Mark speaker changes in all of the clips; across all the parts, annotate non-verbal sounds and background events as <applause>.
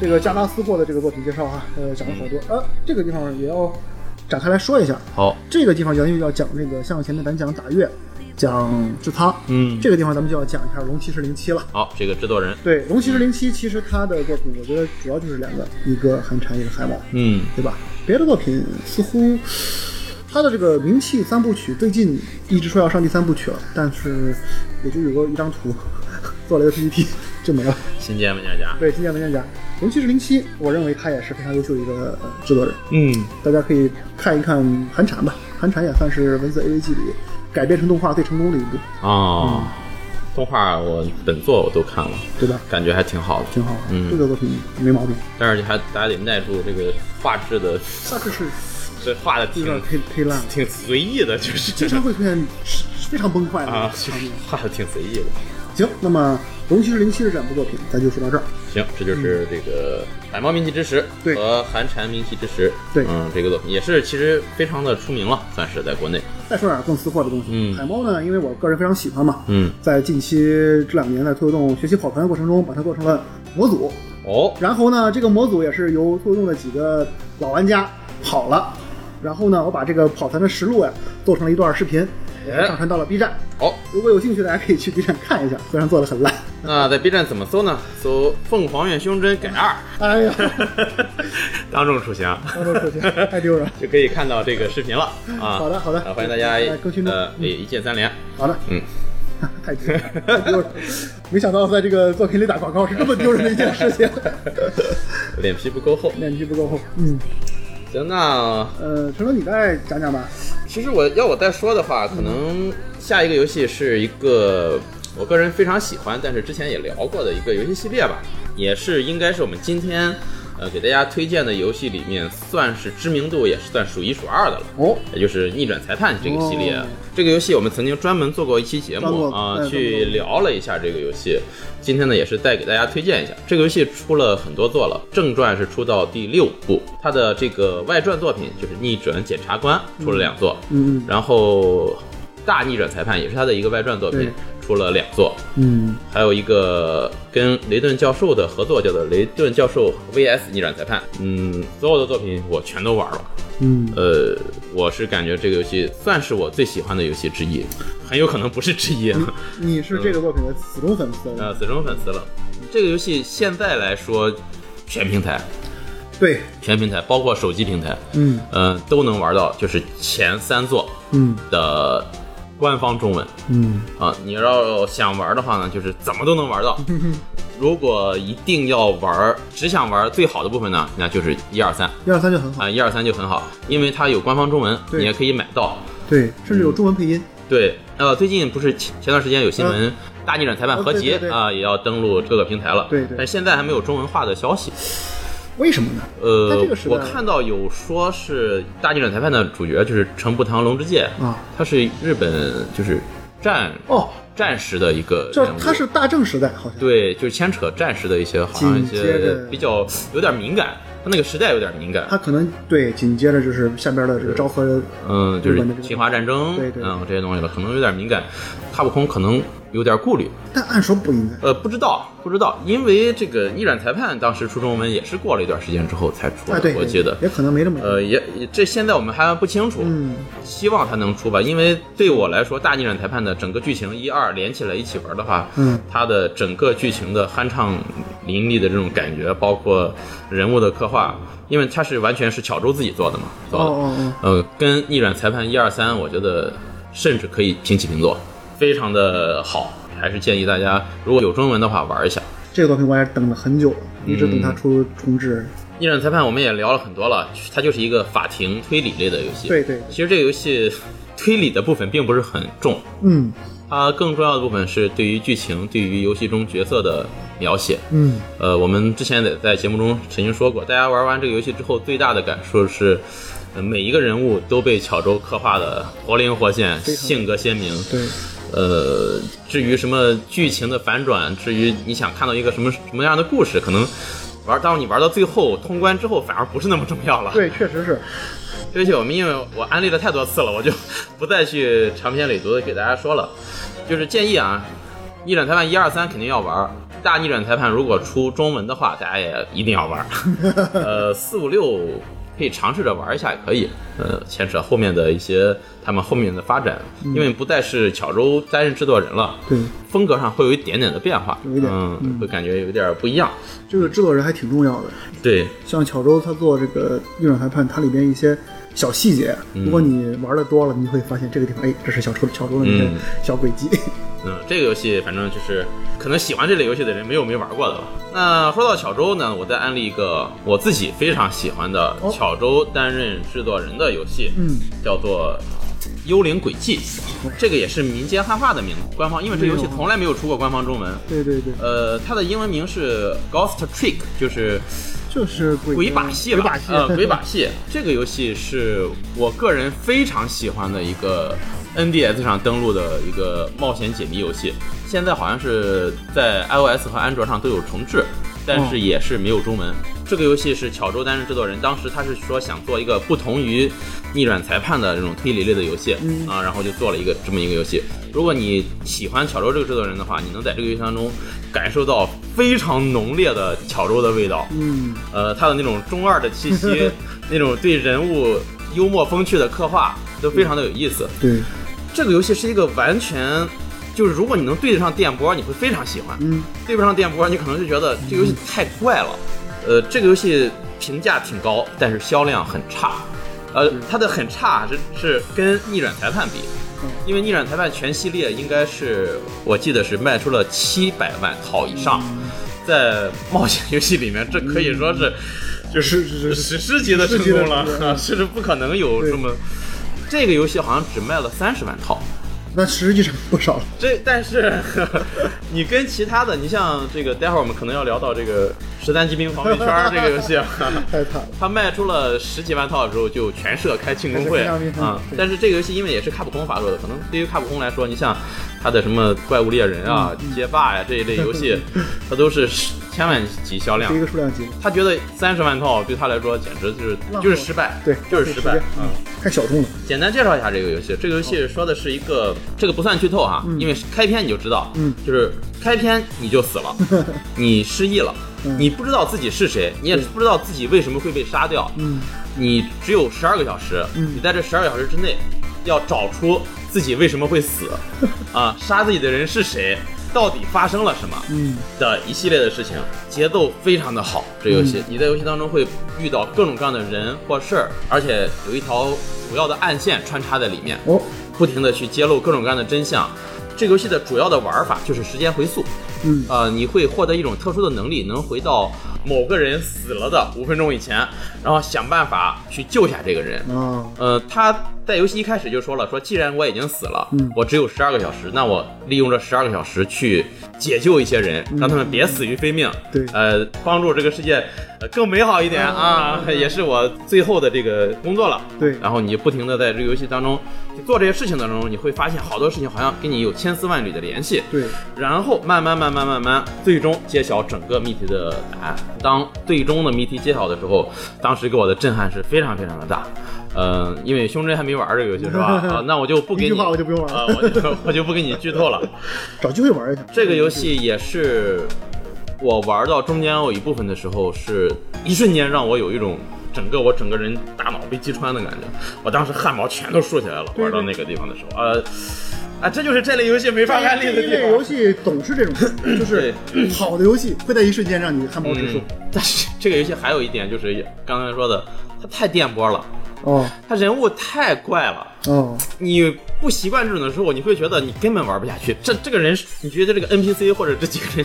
Speaker 1: 这个加拉斯过的这个作品介绍啊，呃，讲了好多。呃，这个地方也要展开来说一下。
Speaker 2: 好，
Speaker 1: 这个地方咱又要讲这个，像前面咱讲打月，讲制擦，
Speaker 2: 嗯
Speaker 1: 这个地方咱们就要讲一下龙骑士零七了。
Speaker 2: 好，这个制作人，
Speaker 1: 对，龙骑士零七其实它的作品，我觉得主要就是两个，一个寒蝉，一个海王，
Speaker 2: 嗯，
Speaker 1: 对吧？别的作品似乎它的这个名气三部曲最近一直说要上第三部曲了，但是也就有过一张图， <laughs> 做了一个 PPT 就没了。
Speaker 2: 新建文件夹，
Speaker 1: 对，新建文件夹，龙骑士零七，我认为他也是非常优秀的一个呃制作人，
Speaker 2: 嗯
Speaker 1: 大家可以看一看寒蝉吧，寒蝉也算是文字 AVG 里改编成动画最成功的一部，
Speaker 2: 哦，动画我本作我都看了，
Speaker 1: 对吧？
Speaker 2: 感觉还挺好的，
Speaker 1: 挺好的，
Speaker 2: 嗯
Speaker 1: 这个作品没毛病。
Speaker 2: 但是还大家得耐住这个画质的， <laughs>
Speaker 1: 下次是
Speaker 2: 这画的
Speaker 1: 有
Speaker 2: 挺
Speaker 1: 点忒忒烂了，
Speaker 2: 挺随意的，就是
Speaker 1: 经常会出现非常崩坏的
Speaker 2: <laughs> 啊，
Speaker 1: 场面。
Speaker 2: 画的挺随意的。
Speaker 1: 行，那么《龙骑士零七》是这两部作品，咱就说到这儿。
Speaker 2: 行，这就是这个百猫名气之时
Speaker 1: 对
Speaker 2: 和寒蝉名气之时，
Speaker 1: 对
Speaker 2: 嗯，这个作品也是其实非常的出名了，算是在国内，
Speaker 1: 再说点更私货的东西。
Speaker 2: 嗯
Speaker 1: 海猫呢，因为我个人非常喜欢嘛，
Speaker 2: 嗯，
Speaker 1: 在近期这两年在推动学习跑团的过程中，把它做成了模组。
Speaker 2: 哦，
Speaker 1: 然后呢，这个模组也是由作用的几个老玩家跑了。然后呢，我把这个跑团的实录呀、做成了一段视频，
Speaker 2: 哎
Speaker 1: 上传到了 B 站。
Speaker 2: 好，
Speaker 1: 如果有兴趣，大家可以去 B 站看一下，虽然做的很烂。
Speaker 2: 那在 B 站怎么搜呢？搜“凤凰院胸针改二
Speaker 1: 哎呀，”，
Speaker 2: <laughs> 当众
Speaker 1: <laughs>
Speaker 2: 出行
Speaker 1: 当众可惜，太丢人了。
Speaker 2: 就可以看到这个视频了啊。
Speaker 1: 好的好的
Speaker 2: 啊欢迎大家
Speaker 1: 来更新中
Speaker 2: 呃，也一键三连， <laughs>
Speaker 1: 好了，
Speaker 2: 嗯，
Speaker 1: 太丢人了，太丢人了！没想到在这个作品里打广告是这么丢人的一件事 <laughs> 情，
Speaker 2: 脸皮不够厚。
Speaker 1: 脸皮不够厚。嗯，
Speaker 2: 行，那
Speaker 1: 呃，陈伦，你再讲讲吧。
Speaker 2: 其实我要我再说的话，可
Speaker 1: 嗯
Speaker 2: 能下一个游戏是一个我个人非常喜欢，但是之前也聊过的一个游戏系列吧，也是应该是我们今天呃给大家推荐的游戏里面算是知名度也是算数一数二的了。
Speaker 1: 哦，
Speaker 2: 也就是逆转裁判这个系列，啊
Speaker 1: 哦
Speaker 2: 这个游戏我们曾经专门做过一期节
Speaker 1: 专
Speaker 2: 目
Speaker 1: 门
Speaker 2: 啊、
Speaker 1: 哎
Speaker 2: 去聊了一下这个游戏。今天呢，也是再给大家推荐一下这个游戏，出了很多作了，正传是出到第六部，它的这个外传作品就是《逆转检察官》出了两座，
Speaker 1: 嗯
Speaker 2: 然后《大逆转裁判》也是他的一个外传作品
Speaker 1: 对，
Speaker 2: 出了两座，
Speaker 1: 嗯，
Speaker 2: 还有一个跟雷顿教授的合作叫做《雷顿教授 VS 逆转裁判》。嗯，所有的作品我全都玩了。
Speaker 1: 嗯，
Speaker 2: 呃，我是感觉这个游戏算是我最喜欢的游戏之一，很有可能不是之一，啊
Speaker 1: 你是这个作品的死忠粉丝。
Speaker 2: <laughs> 呃，死忠粉丝了。这个游戏现在来说，全平台，
Speaker 1: 对，
Speaker 2: 全平台，包括手机平台，
Speaker 1: 嗯
Speaker 2: 呃，都能玩到，就是前三座
Speaker 1: 嗯
Speaker 2: 的官方中文
Speaker 1: 嗯， <laughs>
Speaker 2: 啊。你要想玩的话呢，就是怎么都能玩到。如果一定要玩，只想玩最好的部分呢，那就是一二三
Speaker 1: 一二三就很好。
Speaker 2: 啊，一二三就很好，因为它有官方中文，
Speaker 1: 对
Speaker 2: 你也可以买到。
Speaker 1: 对，甚至
Speaker 2: 嗯
Speaker 1: 有中文配音。
Speaker 2: 对，呃，最近不是前前段时间有新闻，大逆转裁判》合集
Speaker 1: 嗯哦对对对
Speaker 2: 啊、也要登陆各个平台了。
Speaker 1: 对对
Speaker 2: 但现在还没有中文化的消息。
Speaker 1: 为什么呢？
Speaker 2: 呃
Speaker 1: 但这个，时代
Speaker 2: 我看到有说是《大逆转裁判》的主角就是成步堂龙之介
Speaker 1: 啊，
Speaker 2: 他是日本就是战
Speaker 1: 哦，
Speaker 2: 战时的一个
Speaker 1: 这
Speaker 2: 人物
Speaker 1: 他是大正时代，好像。，
Speaker 2: 对，就是牵扯战时的一些好像一
Speaker 1: 紧接
Speaker 2: 些
Speaker 1: 着
Speaker 2: 比较有点敏感，他那个时代有点敏感。
Speaker 1: 他可能对，紧接着就是下边的这个昭和。
Speaker 2: 嗯，就
Speaker 1: 日
Speaker 2: 是
Speaker 1: 本的这个
Speaker 2: 侵华战争，
Speaker 1: 对对对
Speaker 2: 嗯，这些东西了，可能有点敏感，踏不空可能有点顾虑，
Speaker 1: 但按说不应该。
Speaker 2: 呃，不知道，不知道，因为这个逆转裁判当时出中文也是过了一段时间之后才出的，
Speaker 1: 啊，对，
Speaker 2: 我记得。
Speaker 1: 也可能没这么。
Speaker 2: 呃，也也这现在我们还不清楚，
Speaker 1: 嗯，
Speaker 2: 希望它能出吧，因为对我来说，《大逆转裁判》的整个剧情一二连起来一起玩的话，
Speaker 1: 嗯，
Speaker 2: 它的整个剧情的酣畅淋漓的这种感觉，包括人物的刻画，因为它是完全是巧周自己做的嘛，做
Speaker 1: 哦
Speaker 2: 的，
Speaker 1: 哦哦，
Speaker 2: 呃，跟逆转裁判一二三，我觉得甚至可以平起平坐，非常的好。还是建议大家，如果有中文的话，玩一下。
Speaker 1: 这个作品我也等了很久了，
Speaker 2: 嗯
Speaker 1: 一直等它出重置。
Speaker 2: 逆转裁判我们也聊了很多了，它就是一个法庭推理类的游戏。
Speaker 1: 对，对，
Speaker 2: 其实这个游戏推理的部分并不是很重，
Speaker 1: 嗯
Speaker 2: 它更重要的部分是对于剧情、对于游戏中角色的描写。
Speaker 1: 嗯，
Speaker 2: 呃，我们之前也在节目中曾经说过，大家玩完这个游戏之后，最大的感受是，呃每一个人物都被巧周刻画的活灵活现，
Speaker 1: 非常
Speaker 2: 性格鲜明。
Speaker 1: 对，
Speaker 2: 呃，至于什么剧情的反转，至于你想看到一个什么什么样的故事，可能玩当你玩到最后通关之后，反而不是那么重要了。
Speaker 1: 对，确实是，
Speaker 2: 这游戏我们因为我安利了太多次了，我就不再去长篇累牍的给大家说了。就是建议啊，逆转裁判一二三肯定要玩，大逆转裁判》如果出中文的话，大家也一定要玩。 <laughs> 呃，四五六可以尝试着玩一下，也可以。呃，牵扯后面的一些他们后面的发展，因为不再是巧周担任制作人了，
Speaker 1: 对，
Speaker 2: 风格上会有一点点的变化，
Speaker 1: 有一点
Speaker 2: 嗯，会感觉有点不一样。
Speaker 1: 这个制作人还挺重要的。
Speaker 2: 对，
Speaker 1: 像巧周他做这个逆转裁判，它里边一些小细节，
Speaker 2: 嗯
Speaker 1: 如果你玩的多了，你会发现这个地方，哎，这是小周巧周的那些
Speaker 2: 嗯
Speaker 1: 小轨迹。 <laughs>
Speaker 2: 嗯，这个游戏反正就是可能喜欢这类游戏的人没有没玩过的吧。那说到巧周呢，我再安利一个我自己非常喜欢的
Speaker 1: 哦
Speaker 2: 巧周担任制作人的游戏，
Speaker 1: 嗯，哦
Speaker 2: 叫做《幽灵轨迹》，这个也是民间汉化的名字，官方因为这游戏从来没有出过官方中文。
Speaker 1: 对对对，
Speaker 2: 呃，它的英文名是 Ghost Trick，就是
Speaker 1: 就是鬼
Speaker 2: 鬼
Speaker 1: 鬼
Speaker 2: 把戏吧，
Speaker 1: 鬼把戏， <laughs>
Speaker 2: 呃，鬼把戏。这个游戏是我个人非常喜欢的一个 NDS 上登录的一个冒险解谜游戏，现在好像是在 iOS 和安卓上都有重置，但
Speaker 1: 哦
Speaker 2: 是也是没有中文。这个游戏是巧周担任制作人，当时他是说想做一个不同于逆转裁判的这种推理类的游戏、
Speaker 1: 嗯
Speaker 2: 啊，然后就做了一个这么一个游戏。如果你喜欢巧周这个制作人的话，你能在这个游戏当中感受到非常浓烈的巧周的味道。
Speaker 1: 嗯，
Speaker 2: 呃，他的那种中二的气
Speaker 1: <laughs>
Speaker 2: 息，那种对人物幽默风趣的刻画，都非常的有意思。
Speaker 1: 对，
Speaker 2: 这个游戏是一个完全，就是如果你能对得上电波，你会非常喜欢；
Speaker 1: 嗯，
Speaker 2: 对不上电波，你可能就觉得这个游戏太怪了。呃，这个游戏评价挺高，但是销量很差。呃，它的很差是是跟逆转裁判比
Speaker 1: 嗯。
Speaker 2: 因为逆转裁判全系列应该是我记得是卖出了七百万套以上，
Speaker 1: 嗯
Speaker 2: 在冒险游戏里面，这可以说是就是
Speaker 1: 是是
Speaker 2: 史诗级的成功了
Speaker 1: 史诗级，的
Speaker 2: 啊 <laughs> 是不可能有
Speaker 1: 对
Speaker 2: 这么。这个游戏好像只卖了三十万套，
Speaker 1: 那实际上不少了。
Speaker 2: 这但是你跟其他的，你像这个，待会儿我们可能要聊到这个《十三级兵防卫圈》这个游戏啊， <laughs>
Speaker 1: <laughs> 太惨了，
Speaker 2: 它卖出了十几万套的时候，就全社开庆功会
Speaker 1: 开
Speaker 2: 啊
Speaker 1: 庆功会、对
Speaker 2: 但是这个游戏因为也是卡普空发售的，可能对于卡普空来说，你像它的什么怪物猎人啊、街霸呀、这一类游戏，它都是十千万级销量啊
Speaker 1: 是一。个数量级。
Speaker 2: 他觉得三十万套对他来说简直就是
Speaker 1: 浪费
Speaker 2: 就是失败，
Speaker 1: 对，
Speaker 2: 就是失败
Speaker 1: 浪费时间
Speaker 2: 啊。
Speaker 1: 嗯，太小众了。
Speaker 2: 简单介绍一下这个游戏，这个游戏说的是一个，这个不算剧透啊，因为开篇你就知道，
Speaker 1: 嗯
Speaker 2: 就是开篇你就死了，
Speaker 1: <laughs>
Speaker 2: 你失忆了，
Speaker 1: 嗯
Speaker 2: 你不知道自己是谁，你也不知道自己为什么会被杀掉，
Speaker 1: 嗯，
Speaker 2: 你只有十二个小时，
Speaker 1: 嗯
Speaker 2: 你在这十二个小时之内要找出自己为什么会
Speaker 1: <laughs>
Speaker 2: 死，啊，杀自己的人是谁，到底发生了什么，
Speaker 1: 嗯，
Speaker 2: 的一系列的事情，节奏非常的好。这游戏、你在游戏当中会遇到各种各样的人或事儿，而且有一条主要的暗线穿插在里面，
Speaker 1: 哦，
Speaker 2: 不停的去揭露各种各样的真相。这个游戏的主要的玩法就是时间回溯，
Speaker 1: 嗯，
Speaker 2: 呃，你会获得一种特殊的能力，能回到某个人死了的五分钟以前，然后想办法去救下这个人。
Speaker 1: 啊，
Speaker 2: 呃，他在游戏一开始就说了，说既然我已经死了，
Speaker 1: 嗯
Speaker 2: 我只有十二个小时，那我利用这十二个小时去解救一些人，让他们别死于非命，
Speaker 1: 嗯对
Speaker 2: 呃，帮助这个世界呃更美好一点啊，也是我最后的这个工作了。
Speaker 1: 嗯对，
Speaker 2: 然后你就不停的在这个游戏当中去做这些事情当中，你会发现好多事情好像跟你有千丝万缕的联系。
Speaker 1: 对，
Speaker 2: 然后慢慢慢慢慢慢，最终揭晓整个谜题的答案。当最终的谜题揭晓的时候，当时给我的震撼是非常非常的大。嗯、因为胸针还没玩这个游戏
Speaker 1: <laughs>
Speaker 2: 是吧？啊，那我就不
Speaker 1: 一
Speaker 2: 给
Speaker 1: 句
Speaker 2: 你，
Speaker 1: 话我就不用玩
Speaker 2: 啊、
Speaker 1: 了，
Speaker 2: 我就我就不给你剧
Speaker 1: <laughs>
Speaker 2: 透了。
Speaker 1: 找机会玩一下。
Speaker 2: 这个游戏也是我玩到中间有一部分的时候，是一瞬间让我有一种整个我整个人大脑被击穿的感觉，我当时汗毛全都竖起来了。玩到那个地方的时候，呃，啊，这就是这类游戏没法安利的
Speaker 1: 这
Speaker 2: 地
Speaker 1: 类
Speaker 2: 方。
Speaker 1: 游戏总是这种，
Speaker 2: <laughs>
Speaker 1: 就是好的游戏会在一瞬间让你汗毛直竖
Speaker 2: 嗯。，但是这个游戏还有一点就是刚才说的，它太电波了，
Speaker 1: 哦
Speaker 2: 它人物太怪了，
Speaker 1: 哦，
Speaker 2: 你不习惯这种的时候，你会觉得你根本玩不下去。这这个人，你觉得这个 NPC 或者这几个
Speaker 1: <laughs>
Speaker 2: 人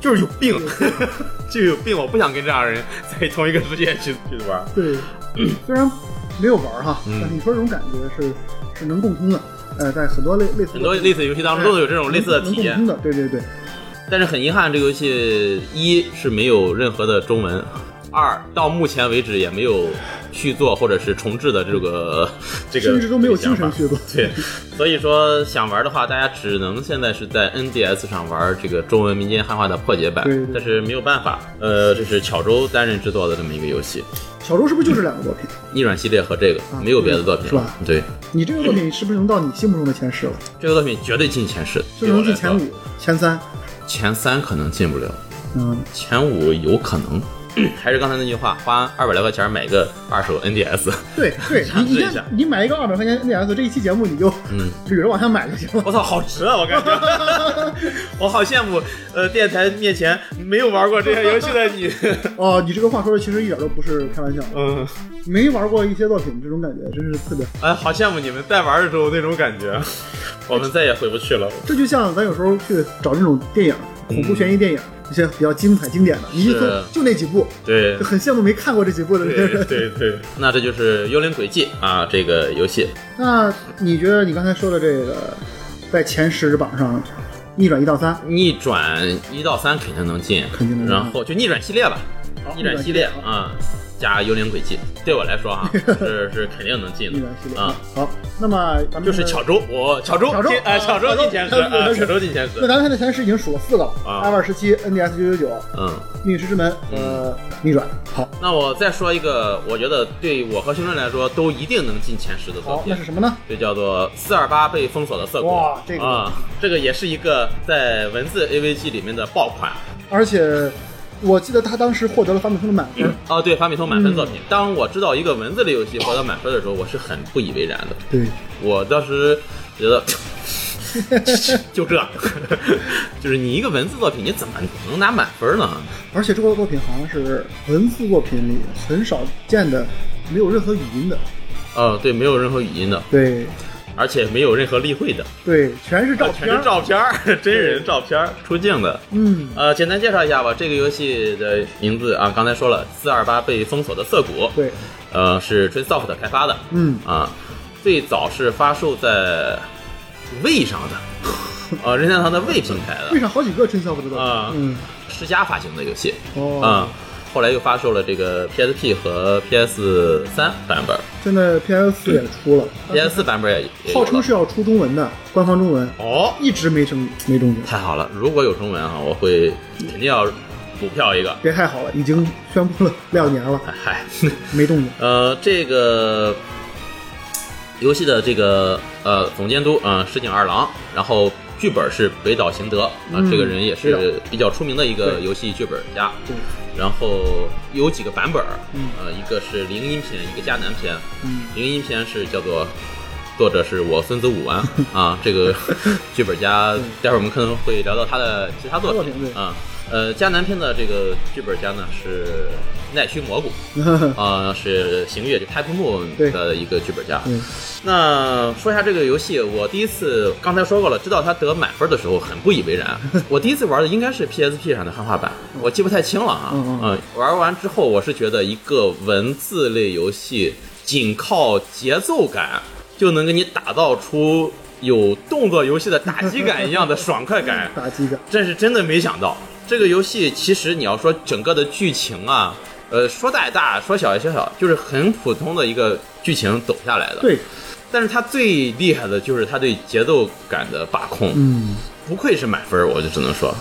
Speaker 2: 就是有病， <laughs> 就有病，我不想跟这样的人在同一个世界去去玩。
Speaker 1: 对，
Speaker 2: <clears throat>
Speaker 1: 虽然没有玩哈，
Speaker 2: 嗯
Speaker 1: 但是你说这种感觉是是能共通的。呃，在很多类类似
Speaker 2: 很多类似游戏当中都有这种类似的体
Speaker 1: 能共
Speaker 2: 验，
Speaker 1: 通的，对对对，
Speaker 2: 但是很遗憾，这个游戏一是没有任何的中文，二到目前为止也没有续作或者是重置的这个这个，
Speaker 1: 甚至都没有精神去过。
Speaker 2: <laughs> 对，所以说想玩的话，大家只能现在是在 NDS 上玩这个中文民间汉化的破解版，
Speaker 1: 对对对
Speaker 2: 但是没有办法，呃，这是巧周担任制作的这么一个游戏，
Speaker 1: 小周是不是就是两个作品？
Speaker 2: 逆转系列和这个、
Speaker 1: 啊
Speaker 2: 没有别的作品了
Speaker 1: 是吧
Speaker 2: 对，
Speaker 1: 你这个作品是不是能到你心目中的前十了？
Speaker 2: 这个作品绝对进前十，
Speaker 1: 就能进
Speaker 2: 对
Speaker 1: 前
Speaker 2: 我来说
Speaker 1: 五、前三，
Speaker 2: 前三可能进不了，
Speaker 1: 嗯，
Speaker 2: 前五有可能。 <coughs> 还是刚才那句话，花二百来块钱买个二手 NDS，
Speaker 1: 对
Speaker 2: <laughs>
Speaker 1: 对，你你
Speaker 2: 尝试一下
Speaker 1: 看，你买一个二百块钱 NDS，这一期节目你就
Speaker 2: 嗯
Speaker 1: 捋着往下买就行了。
Speaker 2: <laughs> 我操，好值啊！我感觉， <laughs> 我好羡慕，呃，电台面前没有玩过这些游戏的你。 <laughs>
Speaker 1: 哦，你这个话说的其实一点都不是开玩笑，
Speaker 2: 嗯，
Speaker 1: 没玩过一些作品，这种感觉真是特别好。
Speaker 2: 哎，好羡慕你们在玩的时候那种感觉， <laughs> 我们再也回不去了。
Speaker 1: 这就像咱有时候去找那种电影，恐怖悬疑电影，一些比较精彩经典的，你一搜
Speaker 2: 嗯是
Speaker 1: 就那几部，
Speaker 2: 对
Speaker 1: 就。很羡慕没看过这几部的那些
Speaker 2: 对
Speaker 1: 人。
Speaker 2: 对 <laughs> 对，那这就是《幽灵轨迹》啊，这个游戏，
Speaker 1: 那你觉得你刚才说的这个，在前十榜上逆转一到三，
Speaker 2: 逆转一到三肯定能进，
Speaker 1: 肯定能进
Speaker 2: 然后就逆转系列吧，
Speaker 1: 好
Speaker 2: 逆转系列
Speaker 1: 逆转
Speaker 2: 啊、加幽灵轨迹，对我来
Speaker 1: <laughs>
Speaker 2: 说啊，是是肯定能进
Speaker 1: 逆转
Speaker 2: 的
Speaker 1: 系列
Speaker 2: 啊。
Speaker 1: 好，那么咱们
Speaker 2: 就是巧周，我巧周
Speaker 1: 巧周
Speaker 2: 进，哎，
Speaker 1: 啊
Speaker 2: 巧周
Speaker 1: 巧周
Speaker 2: 进
Speaker 1: <laughs>
Speaker 2: 前十
Speaker 1: 巧周
Speaker 2: 啊，巧周进前
Speaker 1: 那
Speaker 2: 十，
Speaker 1: 咱们现在前十已经数了四个了，
Speaker 2: 啊
Speaker 1: 阿尔十七、NDS 九九九、
Speaker 2: 嗯。
Speaker 1: 命运石之门呃逆转。好，
Speaker 2: 那我再说一个，我觉得对我和兄弟来说都一定能进前十的作
Speaker 1: 好，
Speaker 2: 品
Speaker 1: 那，是什么呢？
Speaker 2: 就叫做《四二八被封锁的涩谷》。
Speaker 1: 哇这个
Speaker 2: 啊，这个也是一个在文字 AVG 里面的爆款。
Speaker 1: 而且我记得他当时获得了翻本通的满分。
Speaker 2: 哦，对，法米通满分作
Speaker 1: 嗯
Speaker 2: 品。当我知道一个文字类游戏获得满分的时候，我是很不以为然的。
Speaker 1: 对，
Speaker 2: 我当时觉得， <laughs> 就这， <laughs> 就是你一个文字作品，你怎么能拿满分呢？
Speaker 1: 而且这个作品好像是文字作品里很少见的，没有任何语音的。
Speaker 2: 呃，对，没有任何语音的，
Speaker 1: 对
Speaker 2: 而且没有任何例会的，
Speaker 1: 对，全是照片
Speaker 2: 啊全
Speaker 1: 儿。
Speaker 2: 是照片儿，真人照片儿出镜的。
Speaker 1: 嗯，
Speaker 2: 呃，简单介绍一下吧，这个游戏的名字啊，刚才说了，四二八被封锁的涩谷，
Speaker 1: 对，
Speaker 2: 呃，是 Tracesoft 开发的
Speaker 1: 嗯，
Speaker 2: 啊，最早是发售在魏上的，呃，任天堂的魏平台
Speaker 1: 为
Speaker 2: 的
Speaker 1: 啥好几个真消不知道？
Speaker 2: 啊
Speaker 1: 嗯，
Speaker 2: 世嘉发行的游戏啊
Speaker 1: 哦，，
Speaker 2: 后来又发售了这个 PSP 和 PS 三版本
Speaker 1: 现在 PS 也出了，
Speaker 2: ，PS 四版本也也有
Speaker 1: 号称
Speaker 2: 了
Speaker 1: 是要出中文的，官方中文
Speaker 2: 哦，
Speaker 1: 一直没中没中奖，
Speaker 2: 太好了，如果有中文啊，我会肯定要补票一个，哎
Speaker 1: 别太好了，已经宣布了两年了，
Speaker 2: 嗨。
Speaker 1: 没中奖。
Speaker 2: 呃，这个游戏的这个呃总监督呃石井二郎，然后剧本是北岛行德啊、
Speaker 1: 嗯
Speaker 2: 这个人也
Speaker 1: 知
Speaker 2: 是比较出名的一个
Speaker 1: 对
Speaker 2: 游戏剧本家。
Speaker 1: 对，
Speaker 2: 然后有几个版本儿，
Speaker 1: 嗯
Speaker 2: 呃，一个是零音篇，一个迦南篇。
Speaker 1: 嗯，
Speaker 2: 零音篇是叫做作者是我孙子武
Speaker 1: <laughs>
Speaker 2: 丸啊，这个剧本家，待会儿我们可能会聊到他的其他作
Speaker 1: 嗯作
Speaker 2: 品
Speaker 1: 品对
Speaker 2: 啊。呃，迦南篇的这个剧本家呢是奈须蘑菇，
Speaker 1: 嗯
Speaker 2: <laughs> 啊、是行月就开布木的一个剧本家。
Speaker 1: 对，
Speaker 2: 那说一下这个游戏，我第一次刚才说过了，知道它得满分的时候很不以
Speaker 1: <laughs>
Speaker 2: 为然。我第一次玩的应该是 PSP 上的汉化版，我记不太清了啊。
Speaker 1: 嗯嗯
Speaker 2: 玩完之后我是觉得一个文字类游戏仅靠节奏感就能给你打造出有动作游戏的打击感一样的爽快感。
Speaker 1: 打击感。
Speaker 2: 这是真的没想到，这个游戏其实你要说整个的剧情啊，呃，说大也大，说小也小小，就是很普通的一个剧情走下来的。，
Speaker 1: 对，
Speaker 2: 但是它最厉害的就是它对节奏感的把控，
Speaker 1: 嗯，
Speaker 2: 不愧是满分，我就只能说，